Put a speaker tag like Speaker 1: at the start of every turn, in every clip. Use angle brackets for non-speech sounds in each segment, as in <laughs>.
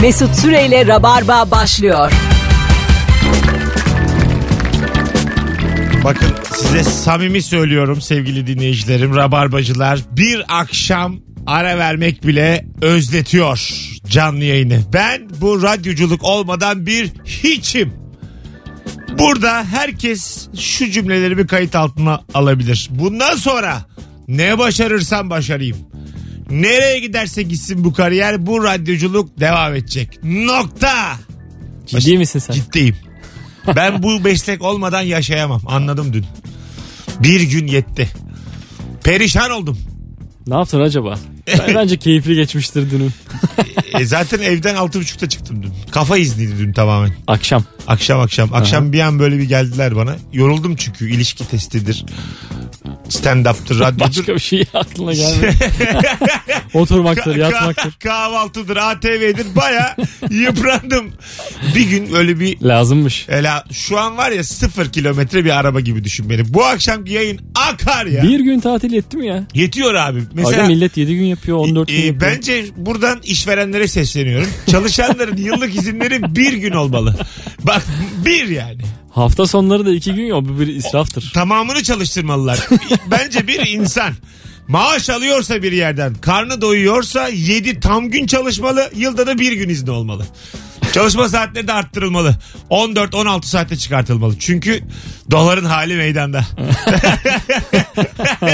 Speaker 1: Mesut Süreyle Rabarba başlıyor.
Speaker 2: Bakın size samimi söylüyorum sevgili dinleyicilerim, rabarbacılar. Bir akşam ara vermek bile özletiyor canlı yayını. Ben bu radyoculuk olmadan bir hiçim. Burada herkes şu cümleleri bir kayıt altına alabilir. Bundan sonra ne başarırsam başarayım. Nereye giderse gitsin bu kariyer bu radyoculuk devam edecek. Nokta.
Speaker 3: Ciddi misin sen?
Speaker 2: Ciddiyim. Ben bu meslek olmadan yaşayamam. Anladım dün. Bir gün yetti. Perişan oldum.
Speaker 3: Ne yaptın acaba? Ben- Bence keyifli geçmiştir dünün.
Speaker 2: E zaten evden altı buçukta çıktım dün. Kafa izniydi dün tamamen.
Speaker 3: Akşam.
Speaker 2: Akşam akşam. Akşam bir an böyle bir geldiler bana. Yoruldum çünkü ilişki testidir. Stand-up'tır, radyodur.
Speaker 3: Başka bir şey
Speaker 2: <laughs>
Speaker 3: aklına gelmedi. Oturmaktır,
Speaker 2: Ka-
Speaker 3: yatmaktır.
Speaker 2: ka- kahvaltıdır, ATV'dir.
Speaker 3: <laughs>
Speaker 2: Baya yıprandım. Bir gün öyle bir
Speaker 3: Lazımmış.
Speaker 2: Ela şu an var ya sıfır kilometre bir araba gibi düşün beni. Bu akşamki yayın akar ya.
Speaker 3: Bir gün tatil ettim ya.
Speaker 2: Yetiyor abi.
Speaker 3: Aga
Speaker 2: Mesela
Speaker 3: millet 7 gün yapıyor, 14 gün
Speaker 2: Ee,
Speaker 3: yapıyor.
Speaker 2: bence buradan işverenlere sesleniyorum.
Speaker 3: <laughs>
Speaker 2: Çalışanların yıllık izinleri bir gün olmalı. Bak bir yani.
Speaker 3: Hafta sonları da 2 gün ya. Bu bir israftır.
Speaker 2: Tamamını çalıştırmalılar. bence bir insan maaş alıyorsa bir yerden, karnı doyuyorsa 7 tam gün çalışmalı, yılda da bir gün izni olmalı. Çalışma saatleri de arttırılmalı. 14-16 saate çıkartılmalı. Çünkü doların hali meydanda.
Speaker 3: <laughs>
Speaker 2: <laughs>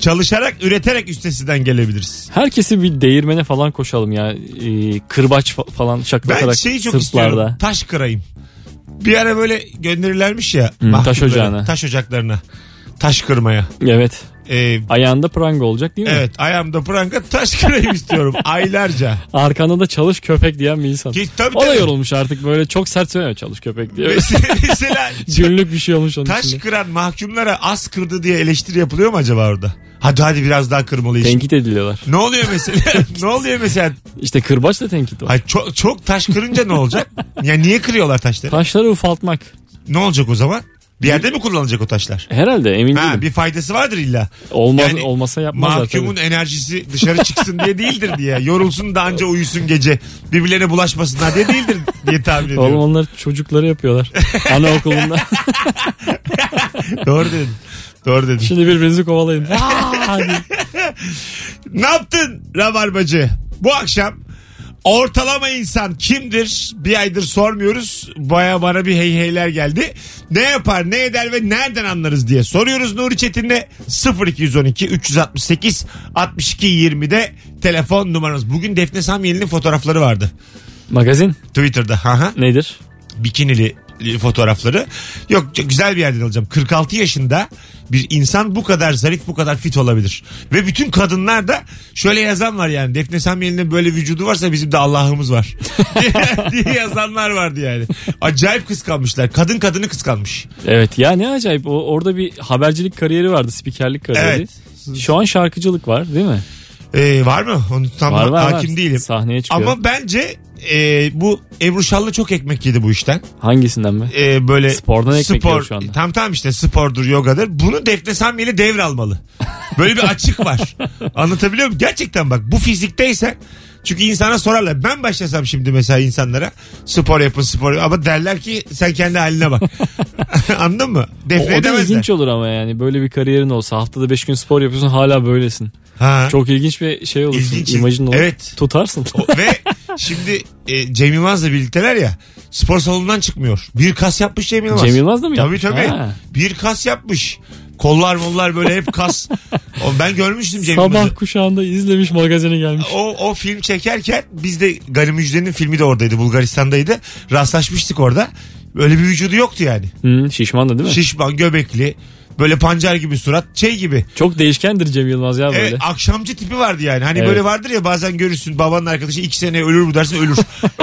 Speaker 2: Çalışarak, üreterek üstesinden gelebiliriz.
Speaker 3: Herkesi bir değirmene falan koşalım ya. Ee, kırbaç fa- falan şaklatarak
Speaker 2: Ben şeyi çok istiyorum.
Speaker 3: sırtlarda.
Speaker 2: Taş kırayım. Bir ara böyle gönderilermiş ya.
Speaker 3: Hmm, taş
Speaker 2: mahkumları,
Speaker 3: ocağına.
Speaker 2: Taş ocaklarına. Taş kırmaya.
Speaker 3: Evet.
Speaker 2: Ee,
Speaker 3: Ayağında pranga olacak değil mi?
Speaker 2: evet ayağımda pranga taş <laughs> kırayım istiyorum.
Speaker 3: <laughs>
Speaker 2: Aylarca.
Speaker 3: Arkanda da çalış köpek diyen bir insan.
Speaker 2: Ki- tabii,
Speaker 3: O da
Speaker 2: tabii.
Speaker 3: yorulmuş artık böyle çok sert söylüyor çalış köpek diye.
Speaker 2: Mes- Mesela
Speaker 3: <laughs> Günlük bir şey olmuş onun
Speaker 2: taş
Speaker 3: içinde.
Speaker 2: kıran mahkumlara az kırdı diye eleştiri yapılıyor mu acaba orada? Hadi hadi biraz daha kırmalıyız.
Speaker 3: Tenkit ediliyorlar.
Speaker 2: Ne oluyor
Speaker 3: <laughs>
Speaker 2: mesela? ne oluyor mesela?
Speaker 3: İşte kırbaç da tenkit o.
Speaker 2: Ay çok çok taş kırınca ne olacak? Ya niye kırıyorlar taşları?
Speaker 3: Taşları ufaltmak.
Speaker 2: Ne olacak o zaman? Bir yerde mi kullanılacak o taşlar?
Speaker 3: Herhalde emin
Speaker 2: Ha,
Speaker 3: değilim.
Speaker 2: bir faydası vardır illa.
Speaker 3: Olmaz,
Speaker 2: Yani
Speaker 3: olmasa yapmazlar
Speaker 2: Mahkumun
Speaker 3: tabii.
Speaker 2: enerjisi dışarı çıksın diye değildir diye. Yorulsun da anca uyusun gece. Birbirlerine bulaşmasınlar diye değildir diye tahmin ediyorum.
Speaker 3: Oğlum onlar çocukları
Speaker 2: <laughs>
Speaker 3: yapıyorlar. Anaokulunda.
Speaker 2: Doğru dedin. Doğru dedin.
Speaker 3: Şimdi birbirinizi kovalayın. <laughs> Aa, hadi.
Speaker 2: Ne yaptın Rabarbacı? Bu akşam ortalama insan kimdir? Bir aydır sormuyoruz. Baya bana bir heyheyler geldi. Ne yapar, ne eder ve nereden anlarız diye soruyoruz Nuri Çetin'le 0212 368 62 20'de telefon numaranız. Bugün Defne Samyeli'nin fotoğrafları vardı
Speaker 3: Magazin
Speaker 2: Twitter'da. Hı hı.
Speaker 3: nedir?
Speaker 2: bikinili fotoğrafları. Yok çok güzel bir yerden alacağım. 46 yaşında bir insan bu kadar zarif bu kadar fit olabilir. Ve bütün kadınlar da şöyle yazan var yani. Defne Samyeli'nin böyle vücudu varsa bizim de Allah'ımız
Speaker 3: <laughs>
Speaker 2: var. <laughs> diye yazanlar vardı yani. Acayip kıskanmışlar. Kadın kadını kıskanmış.
Speaker 3: Evet ya ne acayip o, orada bir habercilik kariyeri vardı spikerlik kariyeri. Şu an şarkıcılık var değil mi?
Speaker 2: Ee, var mı? Onu tam
Speaker 3: var var
Speaker 2: hakim
Speaker 3: var.
Speaker 2: değilim.
Speaker 3: Sahneye çıkıyor.
Speaker 2: Ama bence e, bu Ebru Şallı çok ekmek yedi bu işten.
Speaker 3: Hangisinden mi?
Speaker 2: e, böyle
Speaker 3: Spordan ekmek yiyor şu anda.
Speaker 2: Tam tam işte spordur, yogadır. Bunu Defne Samyeli devralmalı. Böyle bir açık
Speaker 3: <laughs>
Speaker 2: var. Anlatabiliyor muyum? Gerçekten bak bu fizikteysen çünkü insana sorarlar. Ben başlasam şimdi mesela insanlara spor yapın spor yapın. ama derler ki sen kendi haline
Speaker 3: <laughs>
Speaker 2: bak. <laughs> Anladın mı?
Speaker 3: O,
Speaker 2: Defne
Speaker 3: o da
Speaker 2: edemezler.
Speaker 3: ilginç olur ama yani böyle bir kariyerin olsa haftada 5 gün spor yapıyorsun hala böylesin.
Speaker 2: Ha.
Speaker 3: Çok ilginç bir şey olursun.
Speaker 2: İlginç.
Speaker 3: İmajın olur.
Speaker 2: Evet. <laughs>
Speaker 3: Tutarsın.
Speaker 2: Ve şimdi e, Cem Yılmaz'la birlikteler ya spor salonundan çıkmıyor. Bir kas yapmış Cem Yılmaz.
Speaker 3: Cem Yılmaz da mı
Speaker 2: Tabii
Speaker 3: yapmış?
Speaker 2: tabii.
Speaker 3: Ha.
Speaker 2: Bir kas yapmış. Kollar mollar böyle hep kas. O, ben görmüştüm Cem Yılmaz'ı.
Speaker 3: Sabah kuşağında izlemiş magazine gelmiş.
Speaker 2: O, o film çekerken biz de Garim Müjde'nin filmi de oradaydı. Bulgaristan'daydı. Rastlaşmıştık orada. Böyle bir vücudu yoktu yani.
Speaker 3: Hı, şişman da değil mi?
Speaker 2: Şişman, göbekli. Böyle pancar gibi surat. Şey gibi.
Speaker 3: Çok değişkendir Cem Yılmaz ya böyle.
Speaker 2: Evet, E, akşamcı tipi vardı yani. Hani
Speaker 3: Evet.
Speaker 2: böyle vardır ya bazen görürsün babanın arkadaşı iki sene ölür mü dersin ölür.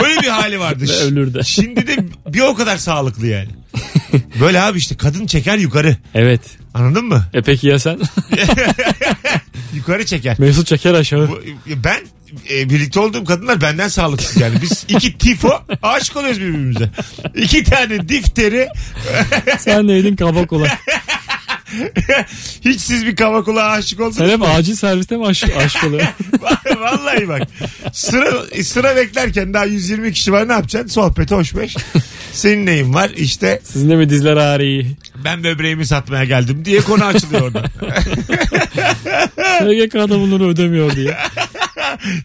Speaker 2: Öyle bir hali vardı.
Speaker 3: <laughs> Ve ölür de.
Speaker 2: Şimdi de bir o kadar sağlıklı
Speaker 3: <laughs>
Speaker 2: yani. Böyle abi işte kadın çeker yukarı.
Speaker 3: Evet.
Speaker 2: Anladın mı?
Speaker 3: E peki ya sen?
Speaker 2: Yukarı çeker.
Speaker 3: <laughs> Mesut çeker aşağı.
Speaker 2: Bu- Ben e, birlikte olduğum kadınlar benden sağlıksız yani. Biz iki tifo aşık oluyoruz birbirimize. İki tane difteri
Speaker 3: Sen neydin kaba kulak.
Speaker 2: Hiç siz bir kava kulağa aşık
Speaker 3: Sen
Speaker 2: olsanız.
Speaker 3: hep acil serviste
Speaker 2: <laughs>
Speaker 3: mi aşk, aşk oluyor?
Speaker 2: Vallahi bak. Sıra sıra beklerken daha 120 kişi var ne yapacaksın? Sohbeti hoş beş. Senin neyin var? İşte
Speaker 3: Sizin de mi dizler ağrıyor?
Speaker 2: ben böbreğimi satmaya geldim diye konu açılıyor
Speaker 3: <laughs>
Speaker 2: orada.
Speaker 3: SGK'da bunları
Speaker 2: <laughs>
Speaker 3: ödemiyor diye.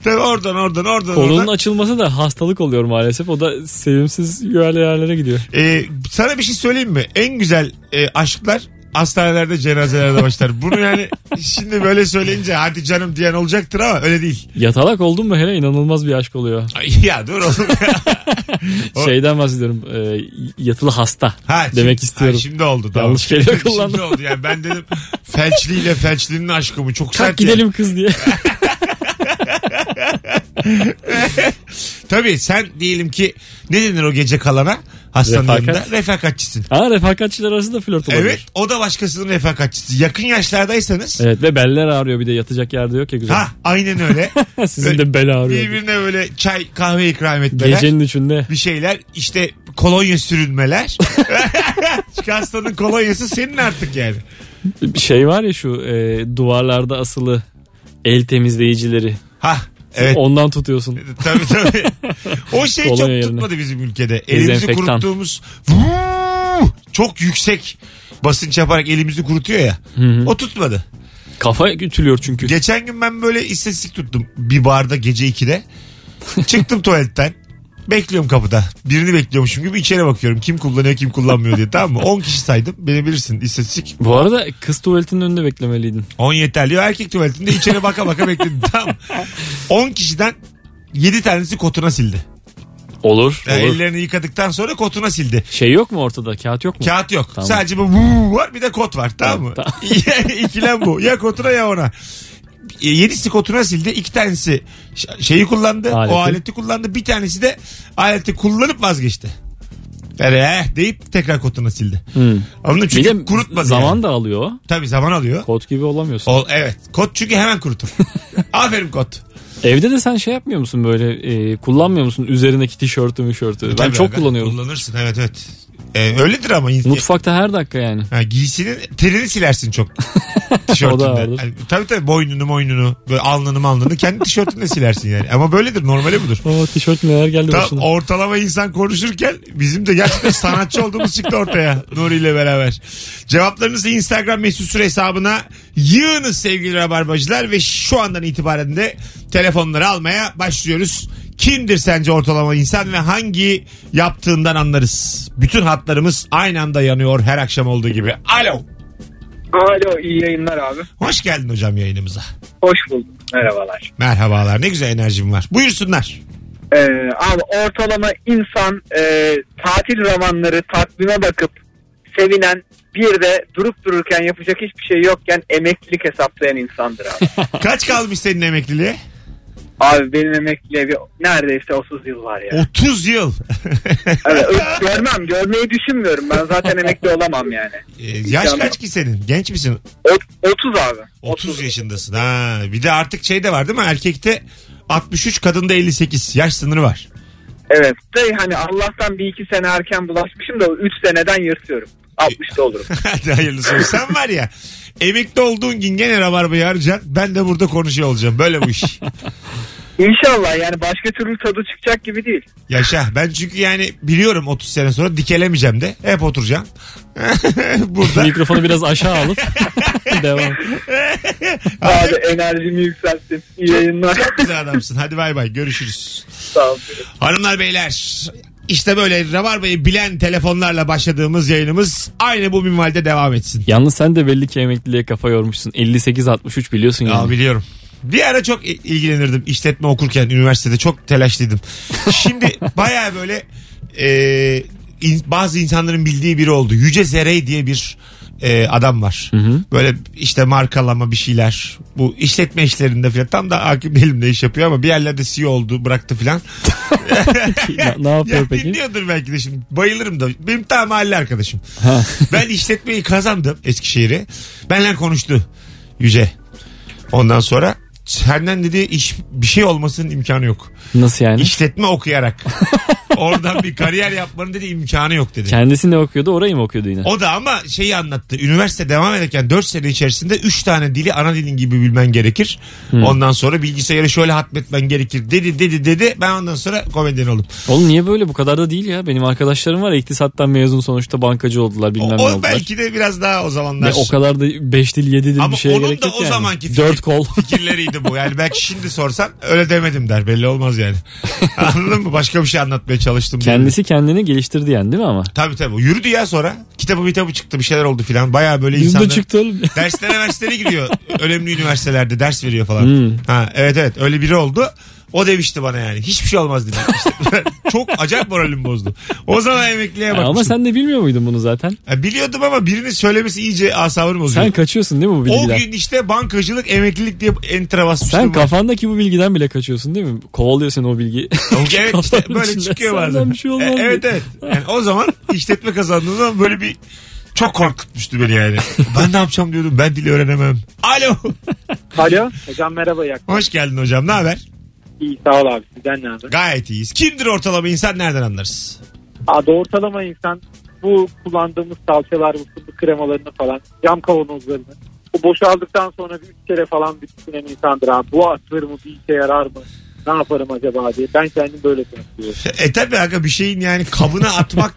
Speaker 2: Tabii oradan oradan oradan.
Speaker 3: Kolunun
Speaker 2: oradan.
Speaker 3: açılması da hastalık oluyor maalesef. O da sevimsiz yerli yerlere gidiyor.
Speaker 2: Ee, sana bir şey söyleyeyim mi? En güzel e, aşklar hastanelerde cenazelerde başlar. Bunu yani şimdi böyle söyleyince hadi canım diyen olacaktır ama öyle değil.
Speaker 3: Yatalak oldun mu hele inanılmaz bir aşk oluyor.
Speaker 2: Ay, ya dur
Speaker 3: <laughs>
Speaker 2: oğlum. O-
Speaker 3: Şeyden bahsediyorum. e, yatılı hasta
Speaker 2: Ha,
Speaker 3: demek
Speaker 2: şimdi-
Speaker 3: istiyorum.
Speaker 2: ha, şimdi oldu. Tamam.
Speaker 3: Yanlış kelime
Speaker 2: Şimdi
Speaker 3: kullandım.
Speaker 2: oldu yani ben dedim felçliyle felçlinin aşkımı çok
Speaker 3: Kalk
Speaker 2: sert.
Speaker 3: gidelim
Speaker 2: <laughs>
Speaker 3: kız diye.
Speaker 2: yani. Tabii sen diyelim ki ne denir o gece kalana hastanın
Speaker 3: Refakat.
Speaker 2: yanında? Refakatçisin.
Speaker 3: ha refakatçiler arasında flört olabilir.
Speaker 2: Evet o da başkasının refakatçisi. Yakın yaşlardaysanız
Speaker 3: Evet ve beller ağrıyor bir de yatacak yerde yok ya güzel.
Speaker 2: ha aynen
Speaker 3: <laughs>
Speaker 2: öyle.
Speaker 3: Sizin de bel ağrıyor.
Speaker 2: Birbirine böyle çay kahve ikram etmeler.
Speaker 3: Gecenin üçünde.
Speaker 2: bir şeyler işte kolonya sürünmeler. <laughs> Çünkü hastanın kolonyası senin artık yani.
Speaker 3: Bir şey var ya şu e, duvarlarda asılı el temizleyicileri.
Speaker 2: Ha evet.
Speaker 3: Ondan tutuyorsun.
Speaker 2: tabii tabii. O şey çok
Speaker 3: Kolonya yerine.
Speaker 2: tutmadı bizim ülkede. Elimizi
Speaker 3: Dezenfektan.
Speaker 2: kuruttuğumuz Vuuu! çok yüksek basınç yaparak elimizi kurutuyor ya. O tutmadı.
Speaker 3: Kafa ütülüyor çünkü.
Speaker 2: Geçen gün ben böyle istatistik tuttum. Bir barda gece 2'de. Çıktım tuvaletten. Bekliyorum kapıda. Birini bekliyormuşum gibi içeri bakıyorum. Kim kullanıyor kim kullanmıyor diye tamam mı? 10 kişi saydım. Beni bilirsin istatistik.
Speaker 3: Bu arada kız tuvaletinin önünde beklemeliydin.
Speaker 2: 10 yeterli. diyor. Erkek tuvaletinde içeri baka baka bekledim. Tamam. 10 kişiden 7 tanesi kotuna sildi.
Speaker 3: Olur.
Speaker 2: Yani
Speaker 3: olur.
Speaker 2: ellerini yıkadıktan sonra kotuna sildi.
Speaker 3: Şey yok mu ortada? Kağıt yok mu?
Speaker 2: Kağıt yok.
Speaker 3: Tamam.
Speaker 2: Sadece bu vuu var bir de kot var tamam mı?
Speaker 3: Tamam,
Speaker 2: İkilem bu. <laughs> Ya kotuna ya ona. E, Yedisi kotuna sildi. iki tanesi ş- şeyi kullandı.
Speaker 3: Aleti.
Speaker 2: O aleti kullandı. Bir tanesi de aleti kullanıp vazgeçti. Yani eh deyip tekrar kotuna sildi.
Speaker 3: Hmm.
Speaker 2: Anladın mı?
Speaker 3: Bir
Speaker 2: Çünkü
Speaker 3: de
Speaker 2: kurutmadı.
Speaker 3: zaman
Speaker 2: yani.
Speaker 3: da alıyor.
Speaker 2: Tabii zaman alıyor.
Speaker 3: Kot gibi olamıyorsun.
Speaker 2: Ol, evet. Kot çünkü hemen
Speaker 3: <laughs>
Speaker 2: kurutur. Aferin kot.
Speaker 3: Evde de sen şey yapmıyor musun böyle e, kullanmıyor musun üzerindeki tişörtü müşörtü? Ben
Speaker 2: Tabii
Speaker 3: çok
Speaker 2: abi.
Speaker 3: kullanıyorum.
Speaker 2: Kullanırsın evet evet. Ee, öyledir ama. ins-
Speaker 3: Mutfakta her dakika yani.
Speaker 2: Ha, giysinin terini silersin çok
Speaker 3: <laughs> O da
Speaker 2: tişörtünde.
Speaker 3: vardır.
Speaker 2: Yani, tabii tabii boynunu boynunu böyle alnını malnını kendi tişörtünde silersin yani. Ama böyledir normali budur.
Speaker 3: O tişört neler geldi
Speaker 2: Tam
Speaker 3: başına.
Speaker 2: ortalama insan konuşurken bizim de gerçekten sanatçı olduğumuz çıktı ortaya Nuri ile beraber. Cevaplarınızı Instagram mesut süre hesabına yığınız sevgili rabarbacılar ve şu andan itibaren de telefonları almaya başlıyoruz. Kimdir sence ortalama insan ve hangi yaptığından anlarız? Bütün hatlarımız aynı anda yanıyor her akşam olduğu gibi. Alo.
Speaker 4: Alo iyi yayınlar abi.
Speaker 2: Hoş geldin hocam yayınımıza.
Speaker 4: Hoş buldum. Merhabalar.
Speaker 2: Merhabalar ne güzel enerjim var. Buyursunlar.
Speaker 4: Ee, abi ortalama insan e, tatil romanları takvime bakıp sevinen bir de durup dururken yapacak hiçbir şey yokken emeklilik hesaplayan insandır abi.
Speaker 2: <laughs> Kaç kalmış senin emekliliğe?
Speaker 4: abi benim emekliliğe bir, neredeyse 30 yıl var ya.
Speaker 2: 30 yıl. <laughs>
Speaker 4: Evet, ö- görmem görmeyi düşünmüyorum ben zaten emekli olamam yani.
Speaker 2: <laughs> Ee, yaş kaç ki senin? Genç misin?
Speaker 4: O- 30 abi.
Speaker 2: 30 yaşındasın. Ha. Bir de artık şey de var değil mi? Erkekte 63, kadında 58. Yaş sınırı var. <laughs>
Speaker 4: Evet. De hani Allah'tan bir iki sene erken bulaşmışım da 3 seneden yırtıyorum.
Speaker 2: Ee,
Speaker 4: 60'ta olurum.
Speaker 2: Hadi hayırlısı olsun. Sen var ya emekli olduğun gün gene rabarbayı arayacaksın. Ben de burada konuşuyor olacağım. Böyle bu iş.
Speaker 4: İnşallah yani başka türlü tadı çıkacak gibi değil.
Speaker 2: Yaşa. Ben çünkü yani biliyorum 30 sene sonra dikelemeyeceğim de. Hep oturacağım. <laughs>
Speaker 3: <laughs>
Speaker 2: burada.
Speaker 3: Mikrofonu biraz aşağı alıp <laughs> devam.
Speaker 4: Abi enerjimi yükselttim. İyi yayınlar.
Speaker 2: Çok güzel adamsın. Hadi bay bay. Görüşürüz.
Speaker 4: Sağ olun.
Speaker 2: Hanımlar beyler işte böyle Rabarba'yı bilen telefonlarla başladığımız yayınımız aynı bu minvalde devam etsin.
Speaker 3: Yalnız sen de belli ki emekliliğe kafa yormuşsun. 58-63 biliyorsun yani.
Speaker 2: Ya biliyorum. Bir ara çok i- ilgilenirdim işletme okurken üniversitede çok telaşlıydım. <laughs> Şimdi baya böyle e, in- bazı insanların bildiği biri oldu. Yüce Zerey diye bir e, adam var. Böyle işte markalama bir şeyler. Bu işletme işlerinde filan tam da hakim değilim ne iş yapıyor ama bir yerlerde CEO oldu bıraktı filan.
Speaker 3: Ne- ne yapıyor
Speaker 2: ya
Speaker 3: peki?
Speaker 2: dinliyordur belki de şimdi. Bayılırım da. Benim tam mahalle arkadaşım.
Speaker 3: Ha.
Speaker 2: <laughs> ben işletmeyi kazandım Eskişehir'i. Benle konuştu Yüce. Ondan sonra senden dedi iş bir şey olmasının imkanı yok.
Speaker 3: Nasıl yani? <laughs>
Speaker 2: İşletme okuyarak. Oradan bir kariyer yapmanın dedi imkanı yok dedi.
Speaker 3: Kendisi ne okuyordu orayı mı okuyordu yine?
Speaker 2: O da ama şeyi anlattı. Üniversite devam ederken 4 sene içerisinde 3 tane dili ana dilin gibi bilmen gerekir. Ondan sonra bilgisayarı şöyle hatmetmen gerekir dedi dedi dedi. Ben ondan sonra komedyen oldum.
Speaker 3: Oğlum niye böyle bu kadar da değil ya. Benim arkadaşlarım var ya, iktisattan mezun sonuçta bankacı oldular
Speaker 2: O,
Speaker 3: bilmem ne
Speaker 2: o
Speaker 3: oldular.
Speaker 2: belki de biraz daha o zamanlar.
Speaker 3: Ne, o kadar da 5 dil 7 dil
Speaker 2: Ama
Speaker 3: bir şeye
Speaker 2: onun
Speaker 3: gerek
Speaker 2: da
Speaker 3: yok
Speaker 2: o
Speaker 3: yani.
Speaker 2: zamanki fikri- <laughs>
Speaker 3: 4 kol.
Speaker 2: fikirleriydi bu. Yani belki şimdi sorsan öyle demedim der. Belli olmaz
Speaker 3: <laughs>
Speaker 2: yani. Anladın mı? Başka bir şey anlatmaya çalıştım. diye.
Speaker 3: Kendisi kendini geliştirdi yani değil mi ama?
Speaker 2: Tabii tabii. Yürüdü ya sonra. Kitabı kitabı çıktı bir şeyler oldu filan. Baya böyle
Speaker 3: Biz de
Speaker 2: insanlar...
Speaker 3: çıktı oğlum.
Speaker 2: <laughs> Derslere derslere giriyor. Önemli üniversitelerde ders veriyor falan.
Speaker 3: Hmm.
Speaker 2: Ha, evet evet öyle biri oldu. O demişti bana yani. Hiçbir şey olmaz dedi. İşte <laughs> çok acayip moralim bozdu. O zaman emekliye
Speaker 3: Ya
Speaker 2: bakmıştım.
Speaker 3: ama sen de bilmiyor muydun bunu zaten?
Speaker 2: Ha, biliyordum ama birinin söylemesi iyice asabını bozuyor.
Speaker 3: Sen kaçıyorsun değil mi bu
Speaker 2: o
Speaker 3: bilgiden?
Speaker 2: gün işte bankacılık, emeklilik diye entra basmıştım.
Speaker 3: Sen
Speaker 2: ben.
Speaker 3: kafandaki bu bilgiden bile kaçıyorsun değil mi? Kovalıyor seni o bilgi. <laughs>
Speaker 2: Evet işte
Speaker 3: Kafanın
Speaker 2: böyle
Speaker 3: içinde
Speaker 2: çıkıyor
Speaker 3: senden
Speaker 2: bazen.
Speaker 3: bir şey olmaz
Speaker 2: E,
Speaker 3: diye.
Speaker 2: evet evet. Yani o zaman işletme kazandığım zaman böyle bir çok korkutmuştu beni
Speaker 3: <laughs>
Speaker 2: yani. Ben ne yapacağım diyordum. Ben dili öğrenemem. Alo.
Speaker 4: Alo. Hocam merhaba iyi
Speaker 2: Hoş geldin hocam. Ne haber?
Speaker 4: İyi sağ ol abi. Sizden ne haber?
Speaker 2: Gayet iyiyiz. Kimdir ortalama insan nereden anlarız?
Speaker 4: Abi ortalama insan bu kullandığımız salçalar, bu fındık kremalarını falan, cam kavanozlarını bu boşaldıktan sonra bir üç kere falan bir düşünen insandır abi. Bu atılır mı, bir işe yarar mı? Ne yaparım acaba diye. Ben kendim böyle
Speaker 5: <laughs>
Speaker 4: konuşuyorum.
Speaker 2: E tabi aga bir şeyin yani kabına atmak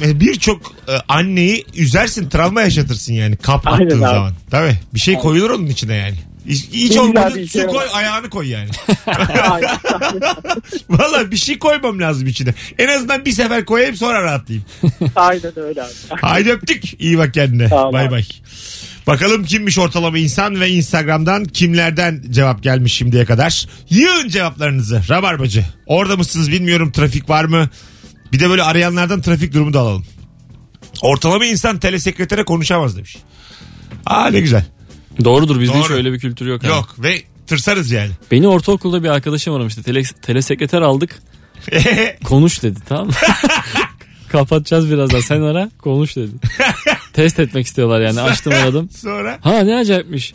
Speaker 2: e, birçok e, anneyi üzersin travma yaşatırsın yani kap
Speaker 4: Aynen
Speaker 2: attığın
Speaker 4: abi.
Speaker 2: zaman. Tabi bir şey koyulur onun içine yani. Hiç, hiç
Speaker 4: İlla
Speaker 2: olmadı
Speaker 4: bir şey
Speaker 2: su
Speaker 4: var.
Speaker 2: koy ayağını koy
Speaker 4: <laughs>
Speaker 2: yani. <laughs> Valla bir şey koymam lazım içine. En azından bir sefer koyayım sonra rahatlayayım.
Speaker 4: Aynen öyle abi.
Speaker 2: Haydi öptük. İyi bak kendine.
Speaker 4: Tamam.
Speaker 2: Bay bay. Bakalım kimmiş ortalama insan ve Instagram'dan kimlerden cevap gelmiş şimdiye kadar. Yığın cevaplarınızı. Rabarbacı. Orada mısınız bilmiyorum trafik var mı? Bir de böyle arayanlardan trafik durumu da alalım. Ortalama insan telesekretere konuşamaz demiş. Aa ne güzel.
Speaker 3: Doğrudur bizde hiç
Speaker 2: Doğru.
Speaker 3: öyle bir kültür yok. ha.
Speaker 2: Yok ve tırsarız yani.
Speaker 3: Beni ortaokulda bir arkadaşım aramıştı. Tele, telesekreter
Speaker 2: <laughs>
Speaker 3: aldık. Konuş dedi tamam mı? Kapatacağız birazdan. Sen ara
Speaker 2: <laughs>
Speaker 3: konuş dedi. Test etmek istiyorlar yani. Açtım aradım.
Speaker 2: Sonra
Speaker 3: Ha ne acayipmiş.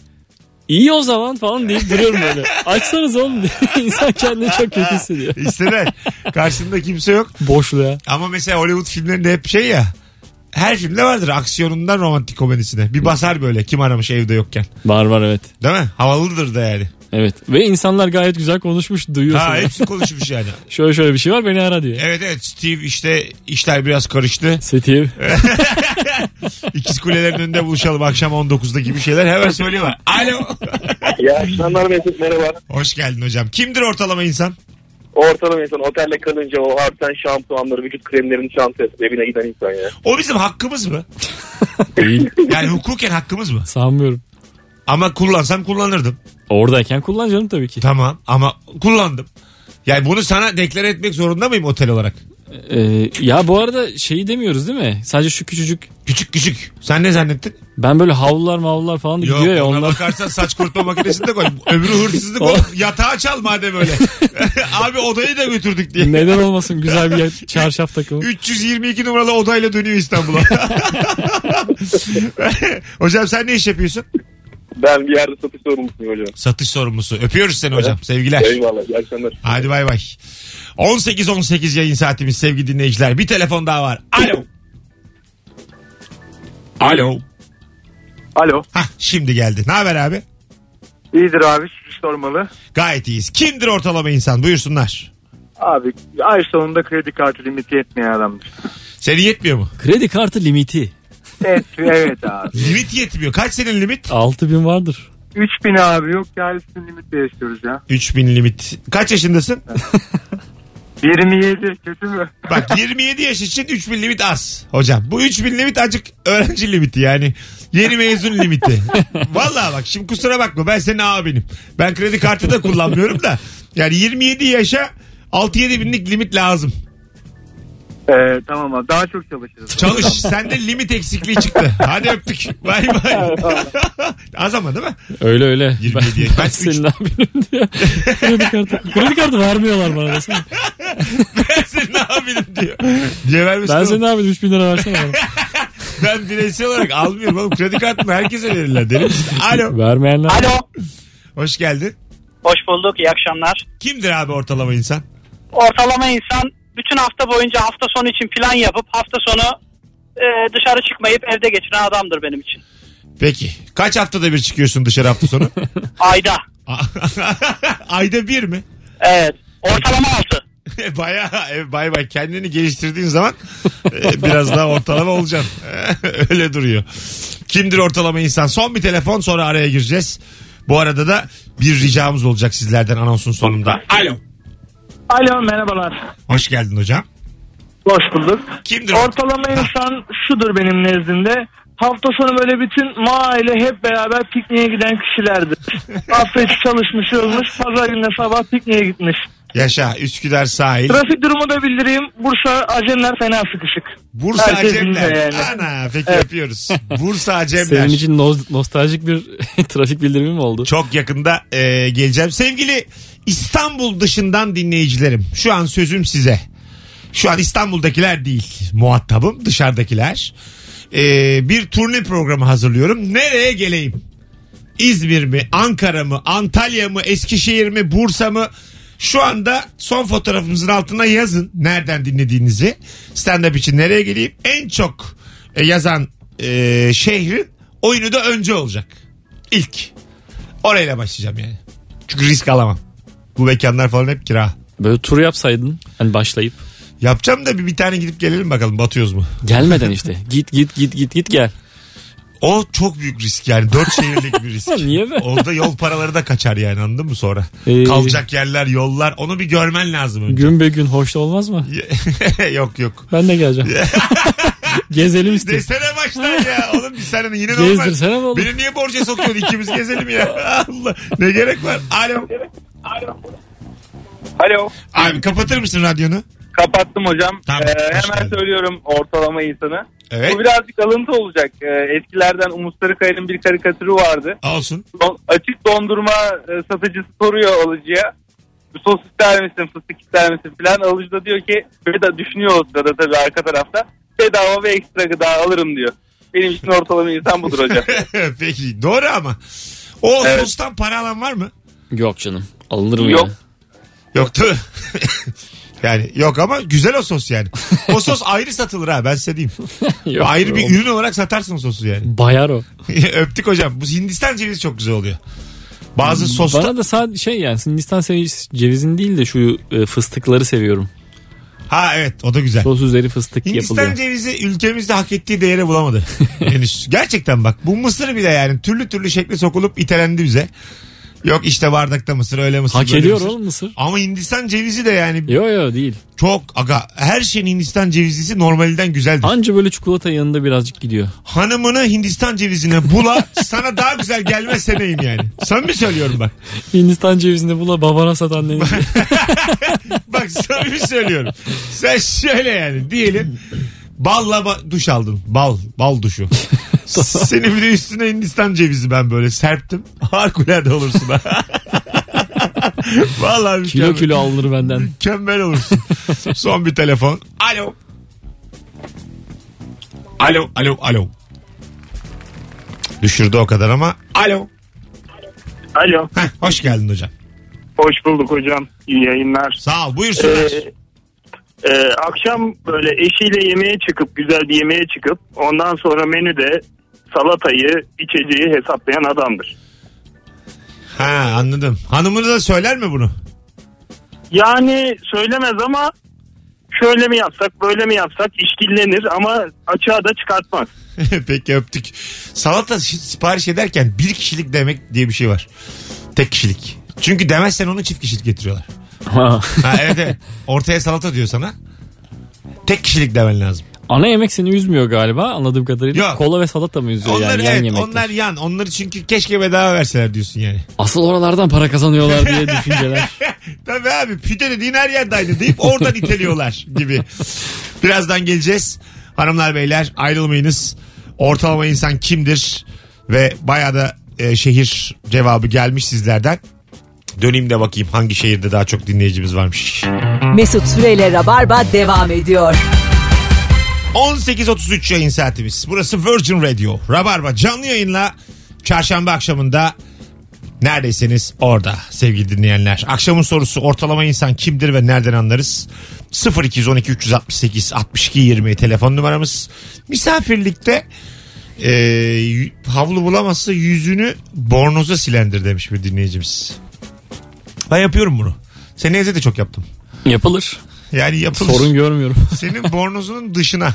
Speaker 3: İyi o zaman falan deyip duruyorum böyle. Açsanız oğlum diye. <laughs> İnsan kendini çok kötü hissediyor.
Speaker 2: istediler. Karşında kimse yok.
Speaker 3: Boşluğa.
Speaker 2: Ama mesela Hollywood filmlerinde hep şey ya. Her filmde vardır aksiyonundan romantik komedisine. Bir basar böyle kim aramış evde yokken.
Speaker 3: Var var evet.
Speaker 2: Değil mi? Havalıdır da yani.
Speaker 3: Evet. Ve insanlar gayet güzel konuşmuş duyuyorsun.
Speaker 2: Ha hepsi konuşmuş yani.
Speaker 3: Şöyle şöyle bir şey var beni ara diyor.
Speaker 2: Evet evet Steve işte işler biraz karıştı.
Speaker 3: Setiye
Speaker 2: İkiz kulelerin önünde buluşalım akşam 19'da gibi şeyler hemen söylüyorlar. Alo. <laughs>
Speaker 5: İyi akşamlar Mesut merhaba.
Speaker 2: Hoş geldin hocam. Kimdir ortalama insan?
Speaker 5: Ortalama insan otelde kalınca o harbiden şampuanları, vücut kremlerini çantaya atıp evine giden insan ya.
Speaker 2: O bizim hakkımız mı?
Speaker 3: değil.
Speaker 2: Yani hukuken hakkımız mı?
Speaker 3: Sanmıyorum.
Speaker 2: Ama kullansam kullanırdım.
Speaker 3: Oradayken kullan canım tabii ki.
Speaker 2: Tamam ama kullandım. Yani bunu sana deklar etmek zorunda mıyım otel olarak?
Speaker 3: Ee, ya bu arada şeyi demiyoruz değil mi? Sadece şu küçücük
Speaker 2: Küçük küçük. Sen ne zannettin?
Speaker 3: ben böyle havlular mavlular falan da gidiyor ya
Speaker 2: ona
Speaker 3: onlar.
Speaker 2: bakarsan saç kurutma makinesini
Speaker 3: <laughs>
Speaker 2: de koy. Öbürü hırsızlık
Speaker 3: O-
Speaker 2: olur. Yatağı çal madem
Speaker 3: <laughs>
Speaker 2: öyle. Abi odayı da götürdük diye.
Speaker 3: Neden olmasın güzel bir yer- çarşaf takımı.
Speaker 2: 322 numaralı odayla dönüyor İstanbul'a. hocam sen ne iş yapıyorsun?
Speaker 5: Ben bir yerde satış sorumlusuyum hocam.
Speaker 2: Satış sorumlusu. Öpüyoruz seni hocam. Sevgiler.
Speaker 5: Eyvallah iyi akşamlar.
Speaker 2: Hadi bay bay. 18-18 yayın saatimiz sevgili dinleyiciler. Bir telefon daha var. Alo. <laughs> Alo.
Speaker 4: Alo.
Speaker 2: Hah şimdi geldi. Ne haber abi?
Speaker 4: İyidir abi. Şükür sormalı.
Speaker 2: Gayet iyiyiz. Kimdir ortalama insan? Buyursunlar.
Speaker 4: Abi ay sonunda kredi kartı limiti yetmeyen adamdır.
Speaker 2: Seni yetmiyor mu?
Speaker 3: Kredi kartı limiti.
Speaker 5: <laughs>
Speaker 4: Evet, evet abi.
Speaker 2: Limit yetmiyor. Kaç senin limit?
Speaker 3: 6000 vardır.
Speaker 4: 3000 abi yok yerlisin limitle yaşıyoruz ya.
Speaker 2: 3000 limit. Kaç yaşındasın?
Speaker 4: 27 kötü mü?
Speaker 2: Bak 27 yaş için 3000 limit az. Hocam bu 3000 limit acık öğrenci limiti yani. Yeni mezun limiti. Vallahi bak şimdi kusura bakma ben senin abinim. Ben kredi kartı da kullanmıyorum da. Yani 27 yaşa 6-7 binlik limit lazım.
Speaker 4: Ee, tamam abi daha çok çalışırız.
Speaker 2: Çalış. Sende limit eksikliği çıktı. Hadi öptük. Bay bay. Az ama değil mi? <laughs>
Speaker 3: Öyle öyle.
Speaker 2: 27
Speaker 3: Ben,
Speaker 2: yaş.
Speaker 3: ben senin abinim diyor. <laughs> kredi kartı. Kredi kartı vermiyorlar bana desene.
Speaker 2: Ben senin abinim diyor. Diye vermesin
Speaker 3: Ben
Speaker 2: oğlum.
Speaker 3: senin abinim 3000 lira versene bana.
Speaker 2: Ben bireysel olarak almıyorum oğlum. Kredi kartımı herkese verirler. Deli misin? Alo.
Speaker 3: Vermeyenler.
Speaker 6: Alo.
Speaker 2: Hoş geldin.
Speaker 6: Hoş bulduk. iyi akşamlar.
Speaker 2: Kimdir abi ortalama insan?
Speaker 6: Ortalama insan bütün hafta boyunca hafta sonu için plan yapıp hafta sonu e, dışarı çıkmayıp evde geçiren adamdır benim için.
Speaker 2: Peki. Kaç haftada bir çıkıyorsun dışarı hafta <laughs> sonu?
Speaker 6: Ayda.
Speaker 2: Ayda bir <laughs> mi?
Speaker 6: Evet. Ortalama altı.
Speaker 2: Baya e, bay bay kendini geliştirdiğin zaman e, biraz daha ortalama olacaksın. <laughs> Öyle duruyor. Kimdir ortalama insan? Son bir telefon sonra araya gireceğiz. Bu arada da bir ricamız olacak sizlerden anonsun sonunda. Alo.
Speaker 7: Alo merhabalar.
Speaker 2: Hoş geldin hocam.
Speaker 7: Hoş bulduk.
Speaker 2: Kimdir?
Speaker 7: Ortalama insan şudur benim nezdimde. Hafta sonu böyle bütün aile hep beraber pikniğe giden kişilerdir. Hafta içi çalışmış olmuş. Pazar günü de sabah pikniğe gitmiş.
Speaker 2: Yaşa Üsküdar sahil.
Speaker 7: Trafik durumu da bildireyim. Bursa Acemler fena sıkışık.
Speaker 2: Bursa
Speaker 7: Herkes
Speaker 2: Acemler.
Speaker 7: bilmiyor yani.
Speaker 2: Ana peki yapıyoruz. Bursa Acemler.
Speaker 3: Senin için nos- nostaljik bir <laughs> trafik bildirimi mi oldu?
Speaker 2: Çok yakında e, geleceğim. Sevgili İstanbul dışından dinleyicilerim. Şu an sözüm size. Şu an İstanbul'dakiler değil muhatabım dışarıdakiler. E, bir turne programı hazırlıyorum. Nereye geleyim? İzmir mi, Ankara mı, Antalya mı, Eskişehir mi, Bursa mı? Şu anda son fotoğrafımızın altına yazın nereden dinlediğinizi. Stand-up için nereye geleyim? En çok e, yazan e, şehrin oyunu da önce olacak. İlk. Orayla başlayacağım yani. Çünkü risk alamam. Bu mekanlar falan hep kira.
Speaker 3: Böyle tur yapsaydın hani başlayıp.
Speaker 2: Yapacağım da bir, bir tane gidip gelelim bakalım batıyoruz mu?
Speaker 3: Gelmeden işte. git git git git git gel.
Speaker 2: O çok büyük risk yani. Dört şehirlik bir risk.
Speaker 3: <laughs> Niye be?
Speaker 2: Orada yol paraları da kaçar yani anladın mı sonra?
Speaker 3: Ee.
Speaker 2: Kalacak yerler, yollar onu bir görmen lazım önce.
Speaker 3: Gün be gün hoş da olmaz mı?
Speaker 2: <laughs> yok yok.
Speaker 3: Ben
Speaker 2: <laughs>
Speaker 3: de geleceğim. Gezelim işte.
Speaker 2: Desene baştan
Speaker 3: <laughs>
Speaker 2: ya. Oğlum bir sene yine normal.
Speaker 3: Gezdirsene oğlum.
Speaker 2: Beni niye borca sokuyorsun? İkimiz gezelim ya. <laughs> Allah. Ne gerek var? Alo.
Speaker 5: Alo.
Speaker 2: Abi kapatır mısın radyonu?
Speaker 5: Kapattım hocam.
Speaker 2: Tamam,
Speaker 5: Ee,
Speaker 2: hoş
Speaker 5: hemen
Speaker 2: geldin.
Speaker 5: söylüyorum ortalama insanı.
Speaker 2: Evet.
Speaker 5: Bu birazcık alıntı olacak. Ee, eskilerden Umut Sarıkaya'nın bir karikatürü vardı.
Speaker 2: Olsun.
Speaker 5: Don- açık dondurma e, satıcısı soruyor alıcıya. Sos ister misin, fıstık ister misin filan. Alıcı da diyor ki beda düşünüyor o sırada tabii arka tarafta. Bedava ve ekstra gıda alırım diyor. Benim için ortalama insan
Speaker 2: <laughs>
Speaker 5: budur hocam.
Speaker 2: Peki doğru ama. O
Speaker 5: Evet.
Speaker 2: sostan para alan var mı?
Speaker 3: Yok canım. Alınır mı
Speaker 5: Yok.
Speaker 3: yani?
Speaker 2: Yoktu. <laughs> yani yok ama güzel o sos yani. O
Speaker 3: <laughs>
Speaker 2: sos ayrı satılır ha ben size diyeyim.
Speaker 3: Yok.
Speaker 2: ayrı bir ürün olarak satarsın o sosu yani. <laughs>
Speaker 3: Bayar o.
Speaker 2: Öptük hocam. Bu Hindistan cevizi çok güzel oluyor. Bazı sosta
Speaker 3: Hmm, Bana da sadece şey yani Hindistan ceviz- cevizin değil de şu e, fıstıkları seviyorum.
Speaker 2: ha evet o da güzel.
Speaker 3: Sos üzeri fıstık
Speaker 2: Hindistan
Speaker 3: yapılıyor.
Speaker 2: cevizi ülkemizde hak ettiği değeri
Speaker 3: <laughs>
Speaker 2: bulamadı henüz. Gerçekten bak bu mısır bile yani türlü türlü şekli sokulup itelendi bize. Yok işte bardakta mısır öyle mısır
Speaker 3: Hak
Speaker 2: böyle
Speaker 3: ediyor
Speaker 2: mısır.
Speaker 3: oğlum mısır.
Speaker 2: Ama Hindistan cevizi de yani
Speaker 3: Yo yo değil.
Speaker 2: çok aga her şeyin Hindistan cevizlisi normalden güzeldir.
Speaker 3: Anca böyle çikolata yanında birazcık gidiyor. <laughs>
Speaker 2: hanımını Hindistan cevizine bula sana daha güzel gelmez seneyim yani. Samimi söylüyorum bak.
Speaker 3: Hindistan cevizini bula babana
Speaker 2: <laughs>
Speaker 3: satan deniz.
Speaker 2: Bak samimi söylüyorum. Sen şöyle yani diyelim balla ba- duş aldın. Bal. Bal duşu. Seni bir de üstüne Hindistan cevizi ben böyle serptim. Harikulade olursun ha. <laughs> Vallahi
Speaker 3: kilo
Speaker 2: mükemmel,
Speaker 3: kilo
Speaker 2: <laughs>
Speaker 3: alınır benden.
Speaker 2: mükemmel olursun. Son bir telefon. Alo. Alo, alo, alo. Düşürdü o kadar ama. Alo.
Speaker 8: Alo.
Speaker 2: Heh, hoş geldin hocam.
Speaker 8: Hoş bulduk hocam. İyi yayınlar.
Speaker 2: Sağ ol. Buyursunlar.
Speaker 8: Ee, e, akşam böyle eşiyle yemeğe çıkıp güzel bir yemeğe çıkıp ondan sonra menüde salatayı, içeceği hesaplayan adamdır.
Speaker 2: Ha anladım. Hanımını da söyler mi bunu? <laughs>
Speaker 8: Yani söylemez ama şöyle mi yapsak, böyle mi yapsak işkillenir ama açığa da çıkartmaz.
Speaker 2: Peki öptük. Salata şi- sipariş ederken bir kişilik demek diye bir şey var. Tek kişilik. Çünkü demezsen onu çift kişilik getiriyorlar.
Speaker 3: Ha.
Speaker 2: Ha evet evet. Ortaya salata diyor sana. Tek kişilik demen lazım.
Speaker 3: Ana yemek seni üzmüyor galiba anladığım kadarıyla.
Speaker 2: Yok.
Speaker 3: Kola ve salata mı üzüyor
Speaker 2: Onlar
Speaker 3: yani yan
Speaker 2: evet
Speaker 3: yemekler?
Speaker 2: onlar yan. Onları çünkü keşke bedava verseler diyorsun yani.
Speaker 3: Asıl oralardan para
Speaker 2: <laughs>
Speaker 3: kazanıyorlar diye düşünceler.
Speaker 2: Tabii abi pide dediğin her yerde aynı deyip
Speaker 3: <laughs>
Speaker 2: oradan iteliyorlar gibi. Birazdan geleceğiz. Hanımlar beyler ayrılmayınız. Ortalama insan kimdir? Ve bayağı da e, şehir cevabı gelmiş sizlerden. Döneyim de bakayım hangi şehirde daha çok dinleyicimiz varmış.
Speaker 1: Mesut Süreyle Rabarba devam ediyor.
Speaker 2: 18.33 yayın saatimiz. Burası Virgin Radio. Rabarba canlı yayınla çarşamba akşamında Neredeyseniz orada sevgili dinleyenler. Akşamın sorusu ortalama insan kimdir ve nereden anlarız? 0212 368 62 20 telefon numaramız. Misafirlikte e, y- havlu bulamazsa yüzünü bornoza silendir demiş bir dinleyicimiz. Ben yapıyorum bunu. Seni evde de çok yaptım.
Speaker 3: Yapılır.
Speaker 2: Yani yapılır.
Speaker 3: Sorun görmüyorum.
Speaker 2: Senin bornozunun dışına.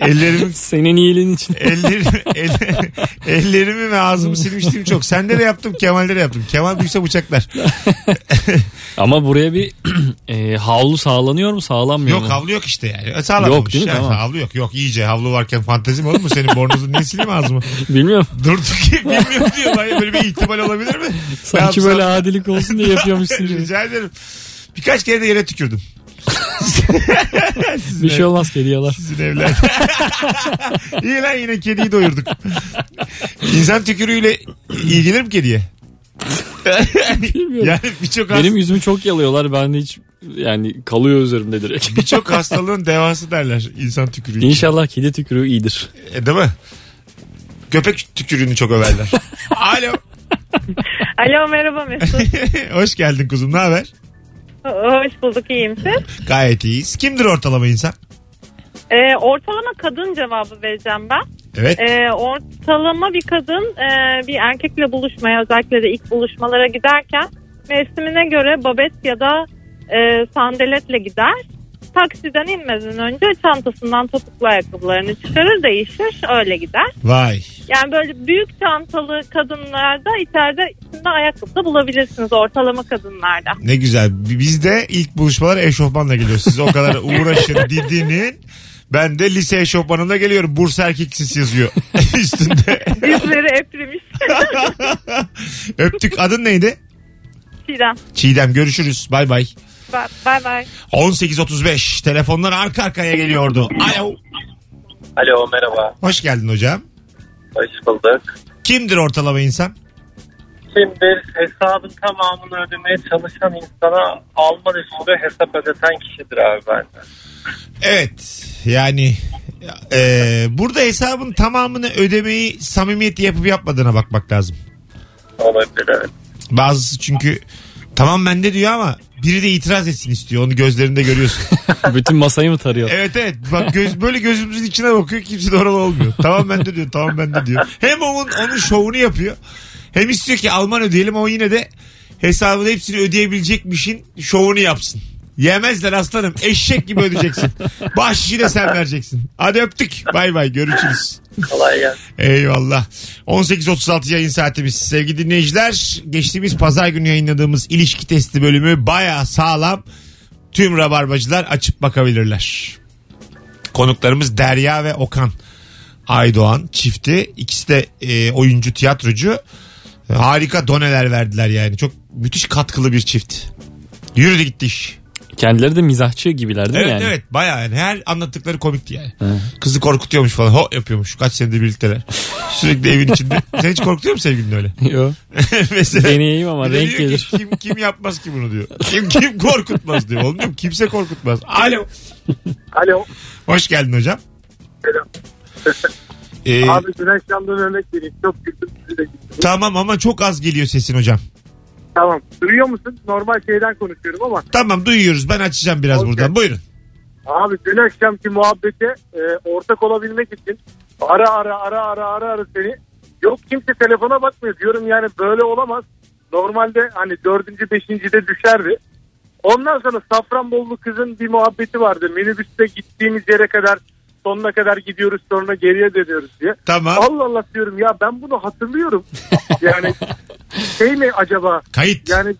Speaker 2: ellerimi
Speaker 3: Senin iyiliğin için.
Speaker 2: ellerimi, el- ellerimi ve ağzımı silmiştim çok. Sende de yaptım, Kemal'de de yaptım. Kemal duysa bıçaklar.
Speaker 3: <laughs> Ama buraya bir <clears throat> e, havlu sağlanıyor mu sağlanmıyor
Speaker 2: Yok
Speaker 3: mu?
Speaker 2: havlu yok işte yani. E, Sağlanmamış.
Speaker 3: Yok değil mi?
Speaker 2: Yani
Speaker 3: Tamam.
Speaker 2: Havlu yok. Yok iyice havlu varken fantezi mi olur mu? Senin bornozun niye sileyim ağzımı?
Speaker 3: Bilmiyorum.
Speaker 2: Durduk ki bilmiyorum diyor. Hayır, böyle bir ihtimal olabilir mi? Ben
Speaker 3: Sanki
Speaker 2: yapsam-
Speaker 3: böyle adilik olsun diye yapıyormuşsun
Speaker 2: <laughs>
Speaker 3: gibi.
Speaker 2: Rica ederim. Birkaç kere de yere tükürdüm.
Speaker 3: bir şey olmaz kedi yalar.
Speaker 2: Sizin evler. <laughs> İyi lan yine kediyi doyurduk. İnsan tükürüğüyle ilgilenir mi kediye? yani birçok
Speaker 3: Benim yüzümü çok yalıyorlar. Ben de hiç yani kalıyor üzerimde direkt.
Speaker 2: Birçok hastalığın devası derler insan tükürüğü.
Speaker 3: <laughs> İnşallah kedi tükürüğü iyidir. <laughs>
Speaker 2: E, değil mi? Köpek tükürüğünü çok överler. Alo. <laughs>
Speaker 9: Alo merhaba Mesut.
Speaker 2: Hoş geldin kuzum. Ne haber?
Speaker 9: Hoş bulduk iyiyim siz.
Speaker 2: Gayet iyiyiz. Kimdir ortalama insan?
Speaker 9: Ee, ortalama kadın cevabı vereceğim ben.
Speaker 2: Evet.
Speaker 9: Ee, ortalama bir kadın e, bir erkekle buluşmaya özellikle de ilk buluşmalara giderken mevsimine göre babet ya da e, sandaletle gider. Taksiden inmeden önce çantasından topuklu ayakkabılarını çıkarır değişir öyle gider.
Speaker 2: Vay.
Speaker 9: Yani böyle büyük çantalı kadınlarda içeride içinde ayakkabı da bulabilirsiniz ortalama kadınlarda.
Speaker 2: Ne güzel. Biz de ilk buluşmalara eşofmanla geliyoruz. Siz o kadar uğraşın didinin. Ben de lise eşofmanımla geliyorum. Bursa erkek lisesi yazıyor <laughs> üstünde.
Speaker 9: Dizleri eprimiş.
Speaker 2: Öptük. Adın neydi?
Speaker 9: Çiğdem.
Speaker 2: Çiğdem görüşürüz. Bay bay.
Speaker 9: Bye bye. bye.
Speaker 2: 18.35 telefonlar arka arkaya geliyordu. Alo.
Speaker 5: Alo merhaba.
Speaker 2: Hoş geldin hocam.
Speaker 5: Hoş bulduk.
Speaker 2: Kimdir ortalama insan?
Speaker 5: Şimdi hesabın tamamını ödemeye çalışan insana Alman üstünde hesap ödeten kişidir abi bence.
Speaker 2: Evet yani e, burada hesabın tamamını ödemeyi samimiyetle yapıp yapmadığına bakmak lazım.
Speaker 5: Olabilir evet.
Speaker 2: Bazısı çünkü tamam bende diyor ama biri de itiraz etsin istiyor. Onu gözlerinde görüyorsun.
Speaker 3: Bütün masayı mı tarıyor?
Speaker 2: evet evet bak göz, böyle gözümüzün içine bakıyor kimse de oralı olmuyor. Tamam bende diyor tamam bende diyor. Hem onun, onun şovunu yapıyor hem istiyor ki Alman ödeyelim ama yine de hesabını hepsini ödeyebilecekmişin şovunu yapsın. Yemezler aslanım. Eşek gibi ödeyeceksin. Bahşişi de sen vereceksin. Hadi öptük. Bay bay görüşürüz.
Speaker 5: Kolay gelsin.
Speaker 2: Eyvallah. 18.36 yayın saatimiz. Sevgili dinleyiciler geçtiğimiz pazar günü yayınladığımız ilişki testi bölümü baya sağlam. Tüm rabarbacılar açıp bakabilirler. Konuklarımız Derya ve Okan Aydoğan çifti. İkisi de e, oyuncu, tiyatrocu. Harika doneler verdiler yani. Çok müthiş katkılı bir çift. Yürüdü gitti iş.
Speaker 3: Kendileri de mizahçı gibiler değil mi
Speaker 2: Evet
Speaker 3: yani?
Speaker 2: evet bayağı yani her anlattıkları komikti yani. Kızı korkutuyormuş falan ho yapıyormuş kaç senedir birlikteler. Sürekli evin
Speaker 3: <laughs>
Speaker 2: içinde. Sen hiç korkutuyor musun sevgilin öyle? <laughs>
Speaker 3: Yok.
Speaker 2: Mesela.
Speaker 3: Deneyeyim ama
Speaker 2: Bir de
Speaker 3: renk
Speaker 2: diyor ki,
Speaker 3: gelir.
Speaker 2: Kim, kim yapmaz ki bunu diyor. Kim, kim korkutmaz diyor. Oğlum diyorum, kimse korkutmaz. Alo.
Speaker 5: Alo.
Speaker 2: Hoş geldin hocam.
Speaker 5: Selam.
Speaker 2: Ee,
Speaker 5: Abi Güneş Yandan örnek vereyim. Çok güldüm sizi de güldüm.
Speaker 2: tamam ama çok az geliyor sesin hocam.
Speaker 5: Tamam. Duyuyor musun? Normal şeyden konuşuyorum ama.
Speaker 2: Tamam duyuyoruz ben açacağım biraz
Speaker 5: Okey.
Speaker 2: buradan buyurun.
Speaker 5: Abi dün akşamki muhabbete e, ortak olabilmek için ara ara ara ara ara ara seni. Yok kimse telefona bakmıyor diyorum yani böyle olamaz. Normalde hani dördüncü beşinci de düşerdi. Ondan sonra Safranbollu kızın bir muhabbeti vardı. Minibüste gittiğimiz yere kadar sonuna kadar gidiyoruz sonra geriye dönüyoruz diye.
Speaker 2: Tamam
Speaker 5: Allah Allah diyorum ya ben bunu hatırlıyorum. <laughs> yani şey mi acaba
Speaker 2: kayıt.
Speaker 5: yani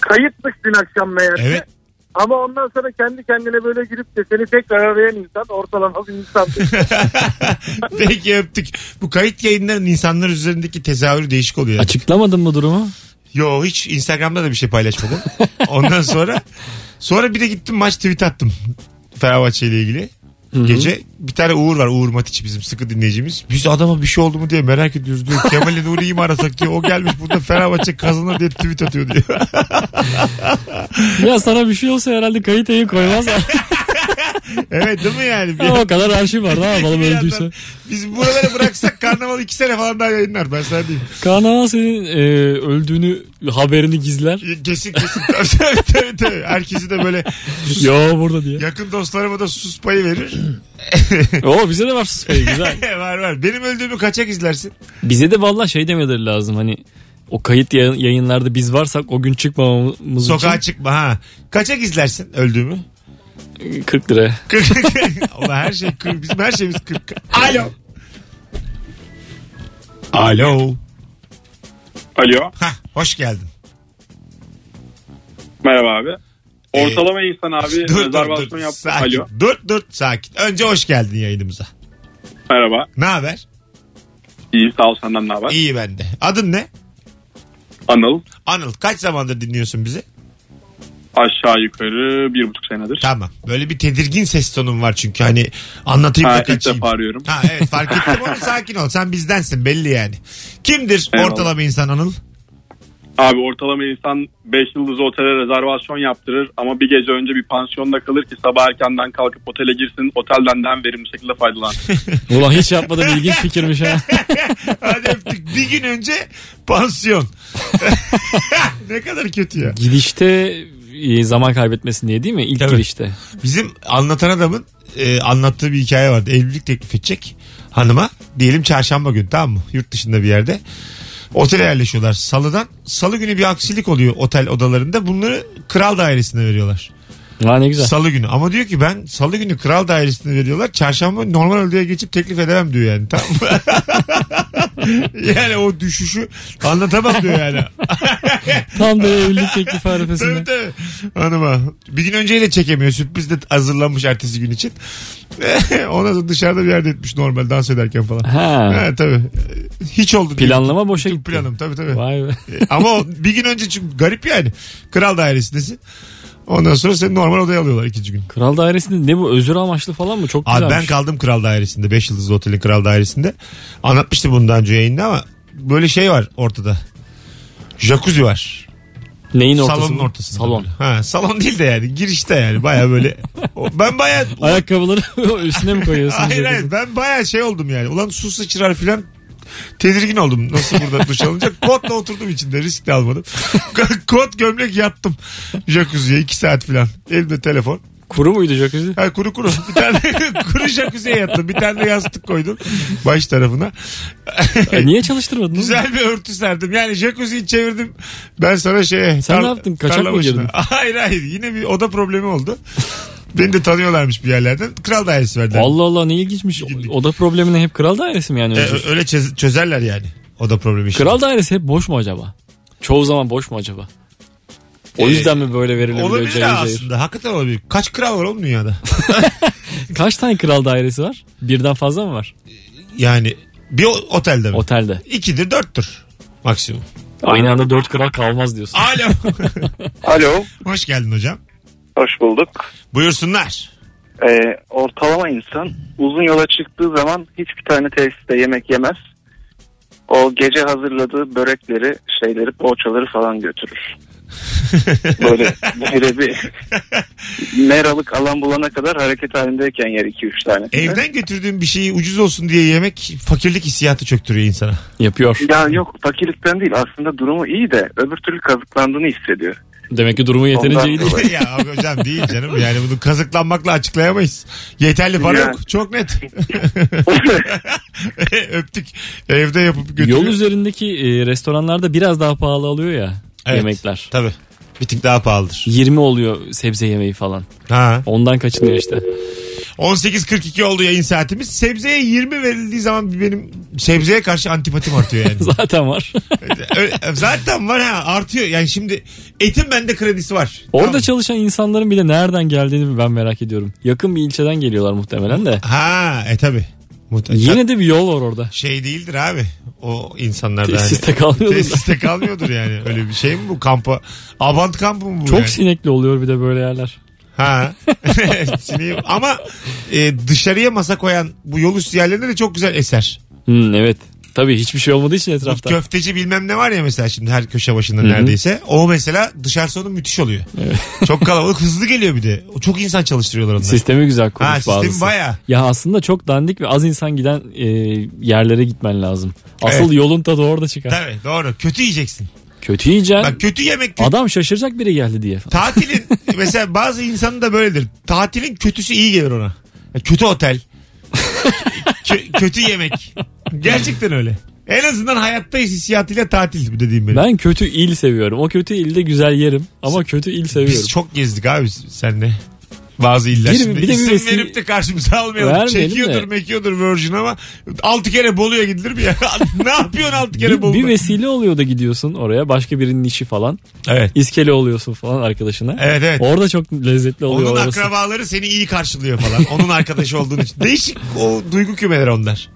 Speaker 5: kayıtlık dün akşam meğerse.
Speaker 2: Evet.
Speaker 5: <laughs> Ama ondan sonra kendi kendine böyle girip de seni tekrar arayan insan ortalama bir insan.
Speaker 2: Peki öptük. Bu kayıt yayınlarının insanlar üzerindeki tezahürü değişik oluyor. yani.
Speaker 3: Açıklamadın mı durumu?
Speaker 2: Yo hiç Instagram'da da bir şey paylaşmadım. Ondan sonra sonra bir de gittim maç tweet attım. Fenerbahçe ile ilgili. Gece bir tane Uğur var Uğur Matiç bizim sıkı dinleyicimiz. Biz adama bir şey oldu mu diye merak ediyoruz diyor. Kemal'le Nuri'yi mi arasak diyor. O gelmiş burada Fenerbahçe kazanır diye tweet atıyor diyor. <laughs> <laughs>
Speaker 3: Ya sana bir şey olsa herhalde kayıt yayın koymazlar.
Speaker 2: Evet değil mi yani? Bir-
Speaker 3: Ama o kadar arşiv var ne yapalım
Speaker 2: bir yandan
Speaker 3: öldüyse.
Speaker 2: Biz buraları bıraksak karnaval iki sene falan daha yayınlar ben sana diyeyim.
Speaker 3: Karnaval senin e, öldüğünü haberini gizler.
Speaker 2: Kesin kesin. Tabii, tabii tabii tabii. Herkesi de böyle sus-
Speaker 3: Yo burada diye.
Speaker 2: yakın dostlarıma da sus payı verir.
Speaker 3: Oo bize de var sus payı, güzel.
Speaker 2: <laughs> var var. Benim öldüğümü kaçak izlersin.
Speaker 3: <laughs> Bize de valla şey demeleri lazım hani o kayıt yayın- yayınlarda biz varsak o gün çıkmamamız
Speaker 2: Sokağa çıkma ha. Kaçak izlersin öldüğümü.
Speaker 3: için 40 lira.
Speaker 2: <laughs> Kırk. Ama her şey kırk. Bizim her şeyimiz kırk. Alo. Alo.
Speaker 5: Alo.
Speaker 2: Ha hoş geldin.
Speaker 5: Merhaba abi.
Speaker 2: Ee,
Speaker 5: Ortalama insan abi rezervasyon yaptı.
Speaker 2: Sakin.
Speaker 5: Alo.
Speaker 2: Dur dur sakin. Önce hoş geldin yayınımıza.
Speaker 5: Merhaba.
Speaker 2: Ne haber?
Speaker 5: İyi sağ ol senden ne haber?
Speaker 2: İyi ben de. Adın ne?
Speaker 5: Anıl.
Speaker 2: Anıl kaç zamandır dinliyorsun bizi?
Speaker 5: Aşağı yukarı bir buçuk senedir.
Speaker 2: Tamam. Böyle bir tedirgin ses tonun var çünkü hani anlatayım
Speaker 5: Ha,
Speaker 2: da
Speaker 5: ilk
Speaker 2: kaçayım.
Speaker 5: defa arıyorum.
Speaker 2: Ha evet fark ettim
Speaker 5: <laughs>
Speaker 2: ama sakin ol. Sen bizdensin belli yani. Kimdir
Speaker 5: Eyvallah.
Speaker 2: ortalama insan Anıl?
Speaker 5: Abi ortalama insan 5 yıldız otele rezervasyon yaptırır ama bir gece önce bir pansiyonda kalır ki sabah erkenden kalkıp otele girsin otelden de en verimli şekilde faydalansın.
Speaker 3: Ulan hiç yapmadan ilginç
Speaker 2: <laughs>
Speaker 3: fikirmiş ha.
Speaker 2: Hadi öptük. Bir gün önce pansiyon. <laughs> ne kadar kötü ya.
Speaker 3: Gidişte e, zaman kaybetmesin diye değil mi? İlk
Speaker 2: Tabii.
Speaker 3: girişte.
Speaker 2: Bizim anlatan adamın e, anlattığı bir hikaye vardı. Evlilik teklif edecek hanıma. Diyelim çarşamba günü tamam mı? Yurt dışında bir yerde. Otele yerleşiyorlar salıdan. Salı günü bir aksilik oluyor otel odalarında. Bunları kral dairesine veriyorlar.
Speaker 3: Ha ne güzel.
Speaker 2: Salı günü. Ama diyor ki ben salı günü kral dairesine veriyorlar. Çarşamba normal ödeye geçip teklif edemem diyor yani. Tamam mı? <laughs> yani o düşüşü anlatamam diyor
Speaker 3: <laughs>
Speaker 2: yani.
Speaker 3: Tam da evlilik teklifi
Speaker 2: tabii
Speaker 3: arifesinde.
Speaker 2: tabii. Hanıma. Bir gün önceyle çekemiyor. Sürpriz de hazırlanmış ertesi gün için. <laughs> Ona da dışarıda bir yerde etmiş normal dans ederken falan.
Speaker 3: Ha.
Speaker 2: Ha, tabii. Hiç oldu. diyor.
Speaker 3: Planlama boşa gitti.
Speaker 2: Planım tabii tabii. E,
Speaker 3: Vay be.
Speaker 2: Ama o bir gün önce çünkü garip yani. Kral dairesindesin. Ondan sonra seni normal odaya alıyorlar ikinci gün.
Speaker 3: Kral dairesinde ne bu özür amaçlı falan mı? Çok
Speaker 2: Abi
Speaker 3: güzelmiş.
Speaker 2: ben kaldım kral dairesinde. 5 yıldızlı otelin kral dairesinde. Anlatmıştım bundan önce yayında ama böyle şey var ortada. Jacuzzi var.
Speaker 3: Neyin ortası?
Speaker 2: Salonun
Speaker 3: mı?
Speaker 2: ortasında.
Speaker 3: Salon.
Speaker 2: böyle. Ha, salon değil de yani girişte yani baya <laughs> böyle. O- ben baya
Speaker 3: Ayakkabıları <laughs> üstüne mi koyuyorsun?
Speaker 2: hayır hayır ben baya şey oldum yani. Ulan su sıçrar filan tedirgin oldum. Nasıl burada duş <laughs> alınacak? Kotla oturdum içinde risk de almadım. <laughs> Kot gömlek yattım. Jacuzziye 2 saat filan. Elimde telefon.
Speaker 3: Kuru muydu jacuzzi?
Speaker 2: Ha, kuru kuru. Bir tane <laughs> kuru jacuzziye yattım. Bir tane de yastık koydum baş tarafına.
Speaker 3: E, niye çalıştırmadın? oğlum?
Speaker 2: Güzel bir örtü serdim. Yani jacuzziyi çevirdim. Ben sana şeye...
Speaker 3: Sen ne yaptın? Kaçak
Speaker 2: tarla
Speaker 3: mı
Speaker 2: başına.
Speaker 3: girdin?
Speaker 2: <laughs> Hayır hayır. Yine bir oda problemi oldu. Beni de tanıyorlarmış bir yerlerden. Kral dairesi verdiler.
Speaker 3: Allah Allah ne ilginçmiş.
Speaker 2: Günlük.
Speaker 3: Oda problemine hep kral dairesi mi yani?
Speaker 2: E,
Speaker 3: özür?
Speaker 2: ö- öyle çöz- çözerler yani. Oda problemi. işini.
Speaker 3: Kral dairesi hep boş mu acaba? Çoğu zaman boş mu acaba? O
Speaker 2: Ee,
Speaker 3: yüzden mi böyle verilebiliyor
Speaker 2: Olabilir
Speaker 3: cayır
Speaker 2: ha
Speaker 3: cayır?
Speaker 2: aslında. Hakikaten olabilir. Kaç kral var oğlum dünyada?
Speaker 3: Kaç tane kral dairesi var? Birden fazla mı var?
Speaker 2: Yani bir o- otelde mi?
Speaker 3: Otelde.
Speaker 2: İkidir dörttür maksimum.
Speaker 3: Aynı anda dört kral kalmaz diyorsun. <laughs>
Speaker 2: Alo.
Speaker 4: Alo,
Speaker 2: Hoş geldin hocam.
Speaker 4: hoş bulduk.
Speaker 2: Buyursunlar.
Speaker 4: Ee, ortalama insan uzun yola çıktığı zaman hiçbir tane tesiste yemek yemez. O gece hazırladığı börekleri, şeyleri, poğaçaları falan götürür. Böyle böyle bir meralık alan bulana kadar hareket halindeyken yer 2-3 tane.
Speaker 2: Evden götürdüğün bir şeyi ucuz olsun diye yemek fakirlik hissiyatı çöktürüyor insana.
Speaker 3: Yapıyor.
Speaker 4: Ya yok fakirlikten değil aslında durumu iyi de öbür türlü kazıklandığını hissediyor.
Speaker 3: Demek ki durumu yeterince
Speaker 4: Ondan
Speaker 3: iyi değil.
Speaker 4: dolayı.
Speaker 2: ya abi hocam değil canım. Yani bunu kazıklanmakla açıklayamayız. Yeterli para
Speaker 4: Ya.
Speaker 2: yok. Çok net. Öptük. Evde yapıp götürüyor.
Speaker 3: Yol üzerindeki e, restoranlarda biraz daha pahalı alıyor ya
Speaker 2: Evet.
Speaker 3: yemekler.
Speaker 2: Tabii. Bir tık daha pahalıdır.
Speaker 3: 20 oluyor sebze yemeği falan.
Speaker 2: Ha.
Speaker 3: Ondan kaçınıyor işte. <laughs>
Speaker 2: 18.42 oldu yayın saatimiz. Sebzeye 20 verildiği zaman benim sebzeye karşı antipatim artıyor yani.
Speaker 3: <laughs> Zaten var.
Speaker 2: Ö- Zaten var ha artıyor. Yani şimdi etin bende kredisi var.
Speaker 3: Orada
Speaker 2: Tamam.
Speaker 3: çalışan insanların bile nereden geldiğini ben merak ediyorum. Yakın bir ilçeden geliyorlar muhtemelen de.
Speaker 2: Ha e tabi.
Speaker 3: Yine de bir yol var orada.
Speaker 2: şey değildir abi o insanlar da hani.
Speaker 3: Tesiste kalmıyorlar.
Speaker 2: Tesiste kalmıyordur yani. Öyle bir şey mi bu kampa? Avant kampı mı bu?
Speaker 3: Çok
Speaker 2: yani?
Speaker 3: sinekli oluyor bir de böyle yerler.
Speaker 2: Ha. <laughs> Sineği- Ama e, dışarıya masa koyan bu yol üstü yerlerinde de çok güzel eser.
Speaker 3: Hmm, evet. Tabii hiçbir şey olmadığı için
Speaker 2: Bu
Speaker 3: etrafta.
Speaker 2: köfteci bilmem ne var ya mesela şimdi her köşe başında
Speaker 3: Hı hı.
Speaker 2: neredeyse. O mesela dışarısı onun müthiş oluyor. Çok kalabalık hızlı geliyor bir de. Çok insan çalıştırıyorlar onları.
Speaker 3: Sistemi güzel kurmuş
Speaker 2: Ha, sistem
Speaker 3: bazısı.
Speaker 2: baya.
Speaker 3: Ya aslında çok dandik ve az insan giden e, yerlere gitmen lazım. Asıl
Speaker 2: Evet.
Speaker 3: yolun tadı orada çıkar.
Speaker 2: Tabii doğru. Kötü yiyeceksin.
Speaker 3: Kötü yiyeceksin.
Speaker 2: Bak kötü yemek kötü.
Speaker 3: Adam şaşıracak biri geldi diye.
Speaker 2: Tatilin <laughs> mesela bazı insanın da böyledir. Tatilin kötüsü iyi gelir ona. Ya Kötü otel. <laughs> Kö- kötü yemek. Gerçekten öyle. En azından hayattayız hissiyatıyla tatil bu dediğim benim.
Speaker 3: Ben kötü il seviyorum. O kötü ilde güzel yerim ama kötü il seviyorum.
Speaker 2: Biz çok gezdik abi senle. Bazı iller
Speaker 3: Bir-
Speaker 2: şimdi
Speaker 3: bir de bir
Speaker 2: isim
Speaker 3: vesile-
Speaker 2: verip de karşımıza almayalım.
Speaker 3: Vermeyelim
Speaker 2: Çekiyordur
Speaker 3: de.
Speaker 2: mekiyordur Virgin ama 6 kere Bolu'ya gidilir mi ya? <laughs> ne yapıyorsun 6 kere
Speaker 3: Bir,
Speaker 2: Bolu'da?
Speaker 3: bir vesile oluyor da gidiyorsun oraya. Başka birinin işi falan.
Speaker 2: evet.
Speaker 3: İskele oluyorsun falan arkadaşına.
Speaker 2: Evet evet.
Speaker 3: Orada çok lezzetli oluyor
Speaker 2: Onun
Speaker 3: orası.
Speaker 2: akrabaları seni iyi karşılıyor falan. Onun arkadaşı olduğun için. Değişik o duygu kümeleri onlar.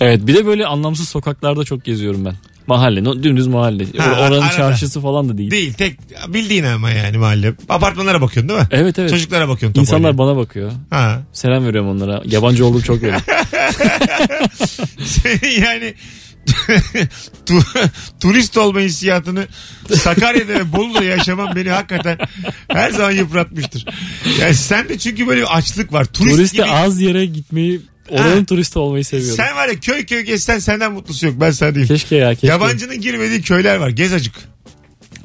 Speaker 3: Evet bir de böyle anlamsız sokaklarda çok geziyorum ben. Mahalle no- dümdüz mahalle. Or-
Speaker 2: Ha,
Speaker 3: Oranın
Speaker 2: arada.
Speaker 3: çarşısı falan da değil.
Speaker 2: Değil tek bildiğin ama yani mahalle. Apartmanlara bakıyorsun değil mi?
Speaker 3: Evet evet.
Speaker 2: Çocuklara bakıyorsun. top
Speaker 3: İnsanlar
Speaker 2: oynuyor.
Speaker 3: bana bakıyor.
Speaker 2: Ha. <laughs>
Speaker 3: Selam veriyorum onlara. Yabancı olduğum çok yok.
Speaker 2: yani <laughs> tu- turist olma hissiyatını Sakarya'da ve Bolu'da yaşamam beni hakikaten her zaman yıpratmıştır. Yani sen de çünkü böyle bir açlık var. Turist,
Speaker 3: Turiste
Speaker 2: gibi.
Speaker 3: az yere gitmeyi, oranın
Speaker 2: Ha.
Speaker 3: turisti olmayı seviyorum.
Speaker 2: Sen var ya köy köy gezsen senden mutlusu yok. Ben sana diyeyim.
Speaker 3: Keşke ya keşke.
Speaker 2: Yabancının girmediği köyler var. Gez acık.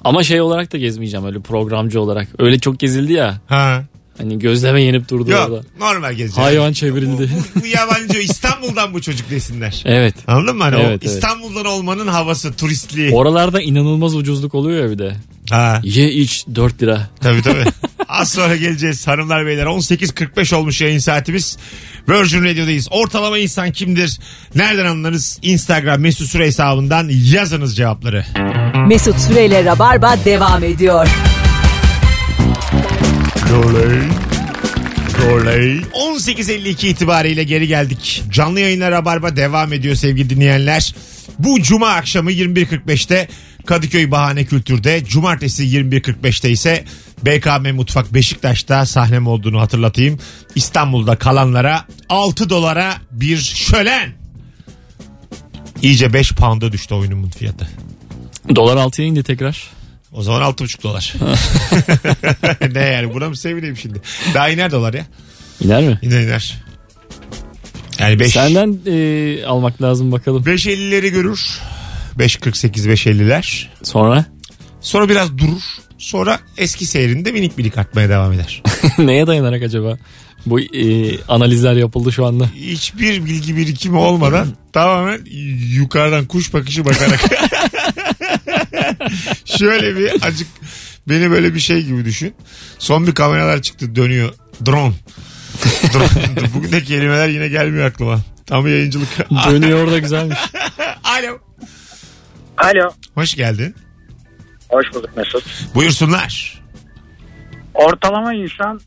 Speaker 3: Ama şey olarak da gezmeyeceğim öyle programcı olarak. Öyle çok gezildi ya.
Speaker 2: Ha.
Speaker 3: Hani gözleme yenip durdu orada.
Speaker 2: Yok normal gezeceksin. <laughs>
Speaker 3: Hayvan çevrildi.
Speaker 2: Bu, bu, bu yabancı İstanbul'dan bu çocuk desinler.
Speaker 3: Evet.
Speaker 2: Anladın mı? Hani o
Speaker 3: Evet, evet.
Speaker 2: İstanbul'dan olmanın havası, turistliği.
Speaker 3: Oralarda inanılmaz ucuzluk oluyor ya bir de.
Speaker 2: ha.
Speaker 3: Ye iç 4 lira.
Speaker 2: Tabii tabii. Az sonra geleceğiz hanımlar beyler. 18.45 olmuş yayın saatimiz. Virgin Radio'dayız. Ortalama insan kimdir? Nereden anlarız? Instagram mesut süre hesabından yazınız cevapları.
Speaker 1: Mesut Süreyle Rabarba devam ediyor.
Speaker 2: Doley. Doley. 18.52 itibariyle geri geldik. Canlı yayınlar Rabarba devam ediyor sevgili dinleyenler. Bu cuma akşamı 21.45'te Kadıköy Bahane Kültür'de, cumartesi 21.45'te ise BKM Mutfak Beşiktaş'ta sahnem olduğunu hatırlatayım. İstanbul'da kalanlara 6 dolara bir şölen. İyice 5 pound'a düştü oyunumun fiyatı.
Speaker 3: Dolar altıya indi tekrar.
Speaker 2: O zaman 6,5 dolar. <laughs> ne yani buna mı sevineyim şimdi? Daha iner dolar ya.
Speaker 3: İner mi?
Speaker 2: İner iner. Yani 5
Speaker 3: Senden e, almak lazım bakalım.
Speaker 2: 5.50'leri görür. 5.48 5.50'ler.
Speaker 3: Sonra
Speaker 2: Sonra biraz durur. Sonra eski seyrinde minik minik artmaya devam eder.
Speaker 3: <laughs> neye dayanarak acaba? Bu e, analizler yapıldı şu anda.
Speaker 2: Hiçbir bilgi birikimi olmadan tamamen yukarıdan kuş bakışı bakarak. Şöyle bir acık beni böyle bir şey gibi düşün. Son bir kameralar çıktı dönüyor. Drone. Drone. Bugün de kelimeler yine gelmiyor aklıma. Tam yayıncılık.
Speaker 3: Dönüyor da <laughs> güzelmiş.
Speaker 2: Alo.
Speaker 4: Alo.
Speaker 2: Hoş geldin.
Speaker 4: Hoş bulduk Mesut.
Speaker 2: Buyursunlar.
Speaker 4: Ortalama insan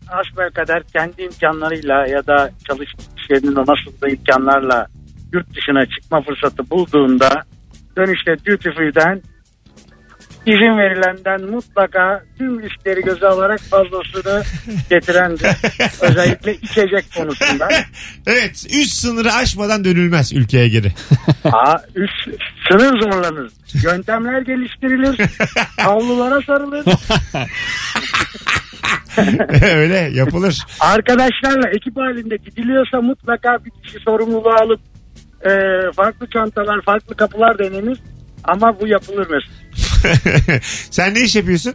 Speaker 4: kadar kendi imkanlarıyla ya da çalıştığı iş yerinin nasıl imkanlarla yurt dışına çıkma fırsatı bulduğunda dönüşte duty free'den izin verilenden mutlaka tüm riskleri göze alarak fazlasını getirendir. Özellikle içecek konusunda.
Speaker 2: <laughs> Evet üst sınırı aşmadan dönülmez ülkeye geri. <laughs>
Speaker 4: Aa, üst sınır zımırlanır. Yöntemler geliştirilir. Havlulara sarılır.
Speaker 2: Öyle yapılır. <laughs>
Speaker 4: Arkadaşlarla ekip halinde gidiliyorsa mutlaka bir kişi sorumluluğu alıp e, farklı çantalar, farklı kapılar denenir. Ama bu yapılır mesela.
Speaker 2: Sen ne iş yapıyorsun?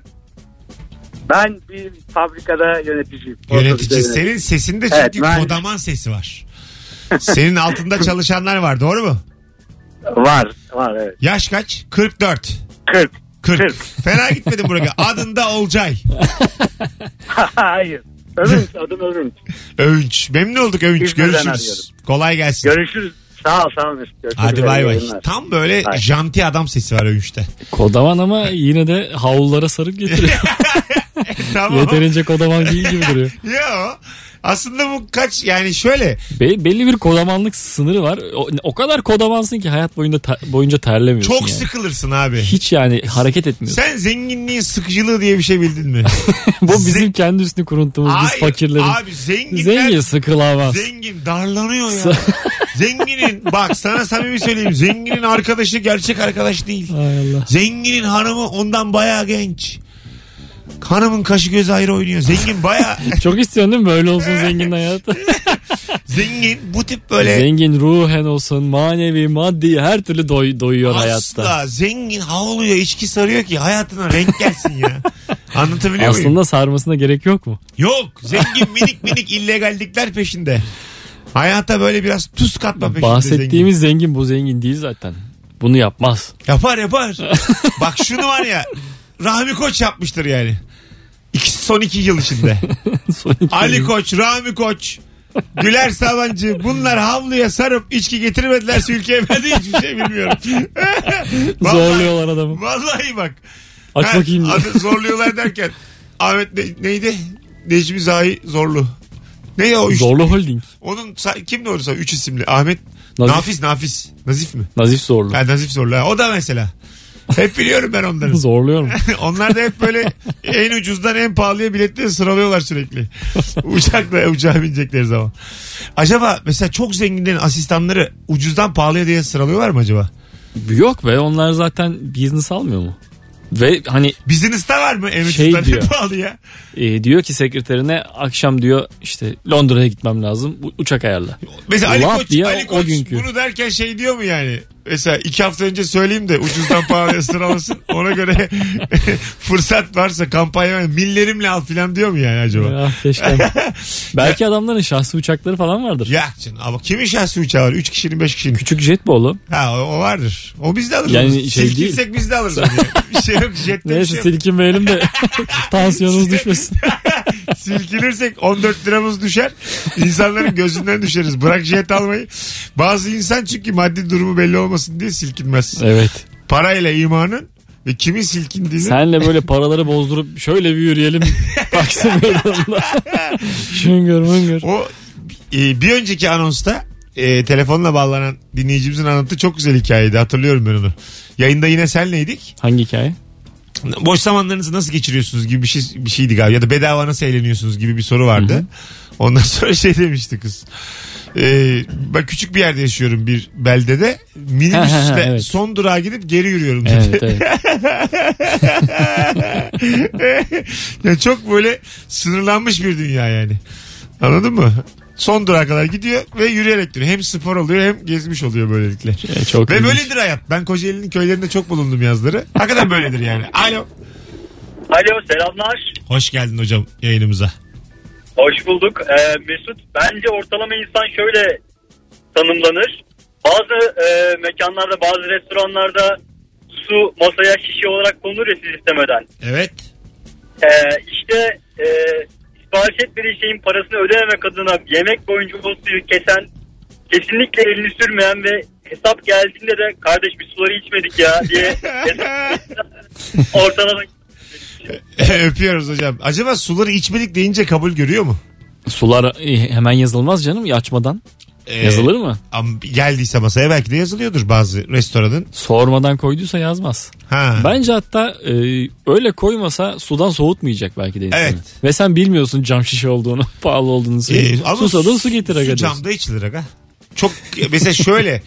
Speaker 4: Ben bir fabrikada yöneticiyim.
Speaker 2: Yönetici.
Speaker 4: Otobüste
Speaker 2: Senin sesinde çünkü
Speaker 4: Evet, ben-
Speaker 2: kodaman sesi var. Senin
Speaker 4: <laughs>
Speaker 2: altında çalışanlar var doğru mu?
Speaker 4: yöneticiyim. Var, var evet.
Speaker 2: Yaş kaç? 44.
Speaker 4: 40.
Speaker 2: 40.
Speaker 4: 40.
Speaker 2: Fena gitmedin
Speaker 4: <laughs>
Speaker 2: buraya. Adında Olcay.
Speaker 4: <laughs> Hayır. Övünç, adım Övünç.
Speaker 2: Övünç. Memnun olduk Övünç.
Speaker 4: İzmir'den
Speaker 2: Görüşürüz.
Speaker 4: arıyorum.
Speaker 2: Kolay gelsin.
Speaker 4: Görüşürüz. Sağ ol, sağ ol. Mesut. Görüşürüz.
Speaker 2: Hadi bay
Speaker 4: İyi
Speaker 2: bay.
Speaker 4: yayınlar.
Speaker 2: Tam böyle
Speaker 4: Bay.
Speaker 2: janti adam sesi var Övünç'te. <laughs>
Speaker 3: <laughs> Kodaman ama yine de havlulara sarıp getiriyor.
Speaker 2: tamam.
Speaker 3: Yeterince kodaman değil gibi duruyor.
Speaker 2: Ya aslında bu kaç yani şöyle
Speaker 3: Be- belli bir kodamanlık sınırı var. O, o kadar kodamansın ki hayat boyunca ta- boyunca terlemiyorsun
Speaker 2: çok
Speaker 3: yani.
Speaker 2: sıkılırsın abi.
Speaker 3: Hiç yani hareket etmiyorsun.
Speaker 2: Sen zenginliğin sıkıcılığı diye bir şey bildin mi?
Speaker 3: Bu bizim kendi üstünü kuruntumuz. <laughs> Biz
Speaker 2: Hayır,
Speaker 3: fakirlerin.
Speaker 2: Abi zenginler
Speaker 3: Zengin sıkılamaz.
Speaker 2: Zengin darlanıyor ya. <laughs> Zenginin bak sana samimi söyleyeyim. Zenginin arkadaşı gerçek arkadaş değil.
Speaker 3: Ay Allah.
Speaker 2: Zenginin hanımı ondan bayağı genç. Hanımın kaşı gözü ayrı oynuyor. Zengin
Speaker 3: <laughs>
Speaker 2: bayağı
Speaker 3: Çok istiyorsun değil mi? Böyle olsun zengin hayat. <laughs>
Speaker 2: zengin bu tip böyle
Speaker 3: Zengin ruhen olsun, manevi, maddi her türlü doy- doyuyor
Speaker 2: asla
Speaker 3: hayatta.
Speaker 2: zengin havlıyor içki sarıyor ki hayatına renk gelsin
Speaker 3: <laughs>
Speaker 2: ya. Anlatabiliyor muyum?
Speaker 3: Aslında sarmasına gerek yok mu?
Speaker 2: Yok zengin minik minik illegallikler peşinde. Hayata böyle biraz tuz katma peşinde zengin.
Speaker 3: Bahsettiğimiz zengin bu zengin değil zaten.
Speaker 2: <laughs>
Speaker 3: Bunu yapmaz.
Speaker 2: Yapar yapar. Bak şunu var ya Rahmi Koç yapmıştır yani. İki, son iki yıl içinde.
Speaker 3: Son iki
Speaker 2: Ali
Speaker 3: yıl.
Speaker 2: Koç, Rahmi Koç, Güler Sabancı bunlar havluya sarıp içki getirmedilerse ülkeye ben de hiçbir şey
Speaker 3: <laughs>
Speaker 2: bilmiyorum. Vallahi-
Speaker 3: Zorluyorlar adamı.
Speaker 2: Vallahi bak.
Speaker 3: Aç
Speaker 2: Ha,
Speaker 3: bakayım. diye. <laughs>
Speaker 2: adı zorluyorlar derken. Ahmet ne- neydi? Necmi Zahi Zorlu. Ne ya o üç?
Speaker 3: Zorlu Holding.
Speaker 2: Onun sa- kim doğrusu? Üç isimli. Ahmet.
Speaker 3: Nazif.
Speaker 2: Nafiz, Nafiz. Nazif mi?
Speaker 3: Nazif Zorlu. <laughs>
Speaker 2: Ha, Nazif Zorlu. Ha, O da mesela. Hep biliyorum ben onları.
Speaker 3: Zorluyor mu?
Speaker 2: Onlar da hep böyle en ucuzdan en pahalıya biletleri sıralıyorlar sürekli. Uçakla uçağa binecekleri zaman. Acaba mesela çok zenginlerin asistanları ucuzdan pahalıya diye sıralıyorlar mı acaba?
Speaker 3: Yok be onlar zaten business almıyor mu? Ve hani
Speaker 2: Business'ta var mı en
Speaker 3: Şey
Speaker 2: ucuzdan <laughs> en
Speaker 3: diyor.
Speaker 2: pahalıya?
Speaker 3: e, diyor ki sekreterine akşam diyor işte Londra'ya gitmem lazım U- uçak ayarla.
Speaker 2: Mesela Ali
Speaker 3: Laf
Speaker 2: Koç,
Speaker 3: diye
Speaker 2: Ali
Speaker 3: o
Speaker 2: Koç
Speaker 3: günkü.
Speaker 2: bunu derken şey diyor mu yani? Mesela iki hafta önce söyleyeyim de ucuzdan
Speaker 3: <laughs>
Speaker 2: pahalıya sıralasın. Ona göre <laughs> fırsat varsa kampanya millerimle al filan diyor mu yani acaba?
Speaker 3: Ah keşke. <laughs> Belki adamların şahsi uçakları falan vardır.
Speaker 2: Ya canım ama kimin şahsi uçağı var? 3 kişinin 5 kişinin.
Speaker 3: Küçük jet bu oğlum.
Speaker 2: Ha o, o vardır. O biz de alırız.
Speaker 3: Yani
Speaker 2: Yani
Speaker 3: şey
Speaker 2: şey biz de alırız.
Speaker 3: <laughs>
Speaker 2: onu yani. Bir şey yok. Jette bir
Speaker 3: Neyse
Speaker 2: şey yok. <laughs>
Speaker 3: silkinmeyelim de tansiyonunuz düşmesin.
Speaker 2: Silkilirsek 14 liramız düşer. İnsanların gözünden düşeriz. Bırak jet almayı. Bazı insan çünkü maddi durumu belli olmasın diye silkinmez.
Speaker 3: Evet.
Speaker 2: Parayla imanın ve kimin silkindiğini
Speaker 3: Senle böyle paraları bozdurup şöyle bir
Speaker 2: <laughs>
Speaker 3: yürüyelim. Baksın böyle onunla. Şüngör müngör.
Speaker 2: o e, bir önceki anonsta e, telefonla bağlanan dinleyicimizin anlattığı çok güzel hikayeydi. Hatırlıyorum ben onu. Yayında yine senleydik.
Speaker 3: Hangi hikaye?
Speaker 2: boş zamanlarınızı nasıl geçiriyorsunuz gibi bir şey bir şeydi galiba ya da bedava nasıl eğleniyorsunuz gibi bir soru vardı. Ondan <laughs> sonra şey demişti kız. Ee, ben küçük bir yerde yaşıyorum bir beldede.
Speaker 3: Ha, ha,
Speaker 2: Minibüsle
Speaker 3: ha, <laughs> evet.
Speaker 2: son durağa gidip geri yürüyorum dedi.
Speaker 3: Evet evet.
Speaker 2: yani çok böyle sınırlanmış bir dünya yani. Anladın mı? Son durağa kadar gidiyor ve yürüyerek gidiyor. Hem spor oluyor hem gezmiş oluyor böylelikle.
Speaker 3: E, Çok
Speaker 2: Ve
Speaker 3: ilginç.
Speaker 2: böyledir hayat. Ben Kocaeli'nin köylerinde çok bulundum yazları. Hakikaten böyledir
Speaker 5: <laughs>
Speaker 2: yani. Alo.
Speaker 5: Alo selamlar.
Speaker 2: Hoş geldin hocam yayınımıza.
Speaker 5: Hoş bulduk. Ee, Mesut bence ortalama insan şöyle tanımlanır. Bazı e, mekanlarda bazı restoranlarda su masaya şişe olarak konulur ya siz istemeden.
Speaker 2: Evet.
Speaker 5: Ee, işte e, sipariş etmediği şeyin parasını ödememek adına yemek boyunca o suyu kesen kesinlikle elini sürmeyen ve hesap geldiğinde de kardeş biz suları içmedik ya
Speaker 4: <laughs>
Speaker 5: diye ortalama
Speaker 2: <laughs> Öpüyoruz hocam. Acaba suları içmedik deyince kabul görüyor mu?
Speaker 3: Sular e, hemen yazılmaz canım açmadan.
Speaker 2: Ee,
Speaker 3: Yazılır mı?
Speaker 2: Ama geldiyse masaya belki de yazılıyordur bazı restoranın.
Speaker 3: Sormadan koyduysa yazmaz.
Speaker 2: Ha.
Speaker 3: Bence hatta e, öyle koymasa sudan soğutmayacak belki de insanı.
Speaker 2: Evet.
Speaker 3: Ve sen bilmiyorsun cam şişe olduğunu, <laughs> pahalı olduğunu.
Speaker 2: Ee,
Speaker 3: Susadın
Speaker 2: ama
Speaker 3: Susadın su getir aga
Speaker 2: Su
Speaker 3: diyorsun.
Speaker 2: camda içilir aga. Çok mesela şöyle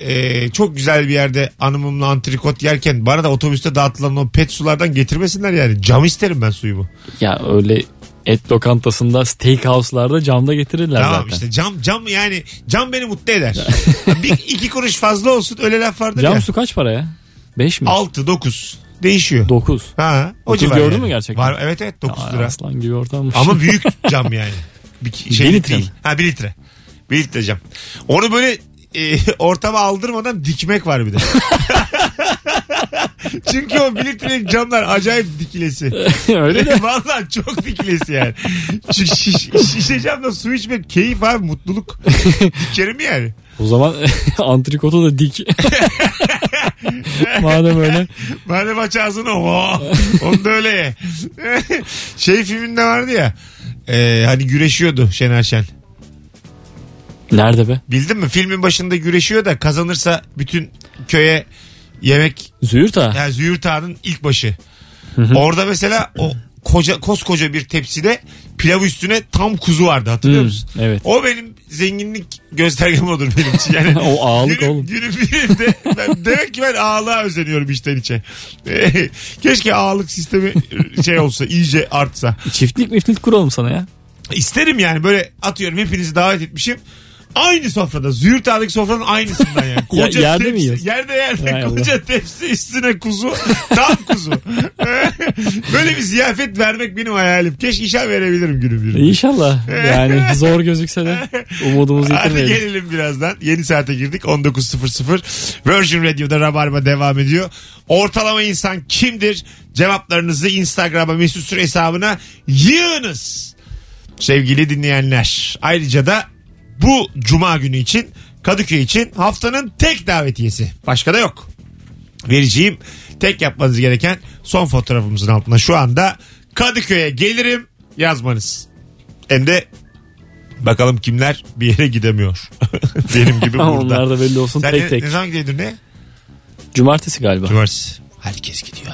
Speaker 2: e, çok güzel bir yerde hanımımla antrikot yerken bana da otobüste dağıtılan o pet sulardan getirmesinler yani. Cam isterim ben suyumu.
Speaker 3: Ya öyle et lokantasında steakhouse'larda camda getirirler
Speaker 2: Tamam
Speaker 3: zaten.
Speaker 2: işte cam cam yani cam beni mutlu eder.
Speaker 3: <laughs>
Speaker 2: bir iki kuruş fazla olsun öyle laf vardır
Speaker 3: Cam
Speaker 2: ya.
Speaker 3: su kaç para ya? 5 mi?
Speaker 2: 6 9 değişiyor.
Speaker 3: 9.
Speaker 2: Ha, o
Speaker 3: Dokuz
Speaker 2: civar
Speaker 3: gördün
Speaker 2: yani.
Speaker 3: mü gerçekten?
Speaker 2: Var, evet evet 9 lira.
Speaker 3: Aslan gibi ortammış. <laughs>
Speaker 2: Ama büyük cam yani. Bir, ki- şey
Speaker 3: Bir litre
Speaker 2: değil.
Speaker 3: mi?
Speaker 2: Ha bir litre. Bir litre cam. Onu böyle e, <laughs> ortama aldırmadan dikmek var bir de. <laughs> Çünkü o bir litrelik camlar acayip dikilesi.
Speaker 3: öyle
Speaker 2: <laughs>
Speaker 3: de
Speaker 2: Vallahi çok dikilesi yani. Şu şiş, şişe camda su içmek keyif abi
Speaker 3: <laughs>
Speaker 2: mutluluk. Dikerim yani. <laughs>
Speaker 3: o zaman antrikotu da dik. Madem öyle.
Speaker 2: Madem aç ağzını oho. Onu da öyle ye. <laughs> şey filminde vardı ya. e, hani güreşiyordu Şener Şen.
Speaker 3: Nerede be?
Speaker 2: Bildin mi? Filmin başında güreşiyor da kazanırsa bütün köye yemek
Speaker 3: Züğürt ha.
Speaker 2: yani Züğürt Ağa'nın ilk başı. Orada mesela o koca koskoca bir tepside pilav üstüne tam kuzu vardı hatırlıyor
Speaker 3: Hmm,
Speaker 2: musun?
Speaker 3: evet.
Speaker 2: O benim zenginlik göstergem olur benim için. Yani
Speaker 3: <laughs> O ağalık
Speaker 2: günüm,
Speaker 3: oğlum.
Speaker 2: Günüm birinde
Speaker 3: <laughs>
Speaker 2: ben, demek ki ben ağalığa özeniyorum içten içe. <laughs> Keşke ağalık sistemi şey olsa iyice artsa.
Speaker 3: Çiftlik miflik kuralım sana ya.
Speaker 2: İsterim yani böyle atıyorum hepinizi davet etmişim. Aynı sofrada Züğürt Ağa'daki sofranın
Speaker 3: <laughs>
Speaker 2: aynısından yani.
Speaker 3: yerde mi
Speaker 2: tepsi-
Speaker 3: yiyorsun?
Speaker 2: Yerde yerde.
Speaker 3: Hay Allah.
Speaker 2: koca tepsi üstüne kuzu. <laughs> Tam kuzu. böyle bir ziyafet vermek benim hayalim. Keşke işe verebilirim günü birinde. <laughs>
Speaker 3: İnşallah. Yani zor gözükse de umudumuzu
Speaker 2: Hadi
Speaker 3: yitirmeyelim.
Speaker 2: gelelim birazdan. Yeni saate girdik. 19.00 Virgin Radio'da Rabarba devam ediyor. Ortalama insan kimdir? Cevaplarınızı Instagram'a Mesut Süre hesabına yığınız. Sevgili dinleyenler. Ayrıca da bu cuma günü için Kadıköy için haftanın tek davetiyesi. Başka da yok vereceğim. Tek yapmanız gereken son fotoğrafımızın altına şu anda Kadıköy'e gelirim yazmanız. Hem de bakalım kimler bir yere gidemiyor. <laughs> Benim
Speaker 3: <laughs>
Speaker 2: gibi burada.
Speaker 3: Onlar da belli olsun
Speaker 2: Sen
Speaker 3: tek
Speaker 2: ne,
Speaker 3: tek.
Speaker 2: ne zaman gidiyordun ne?
Speaker 3: Cumartesi galiba.
Speaker 2: Cumartesi. Herkes gidiyor.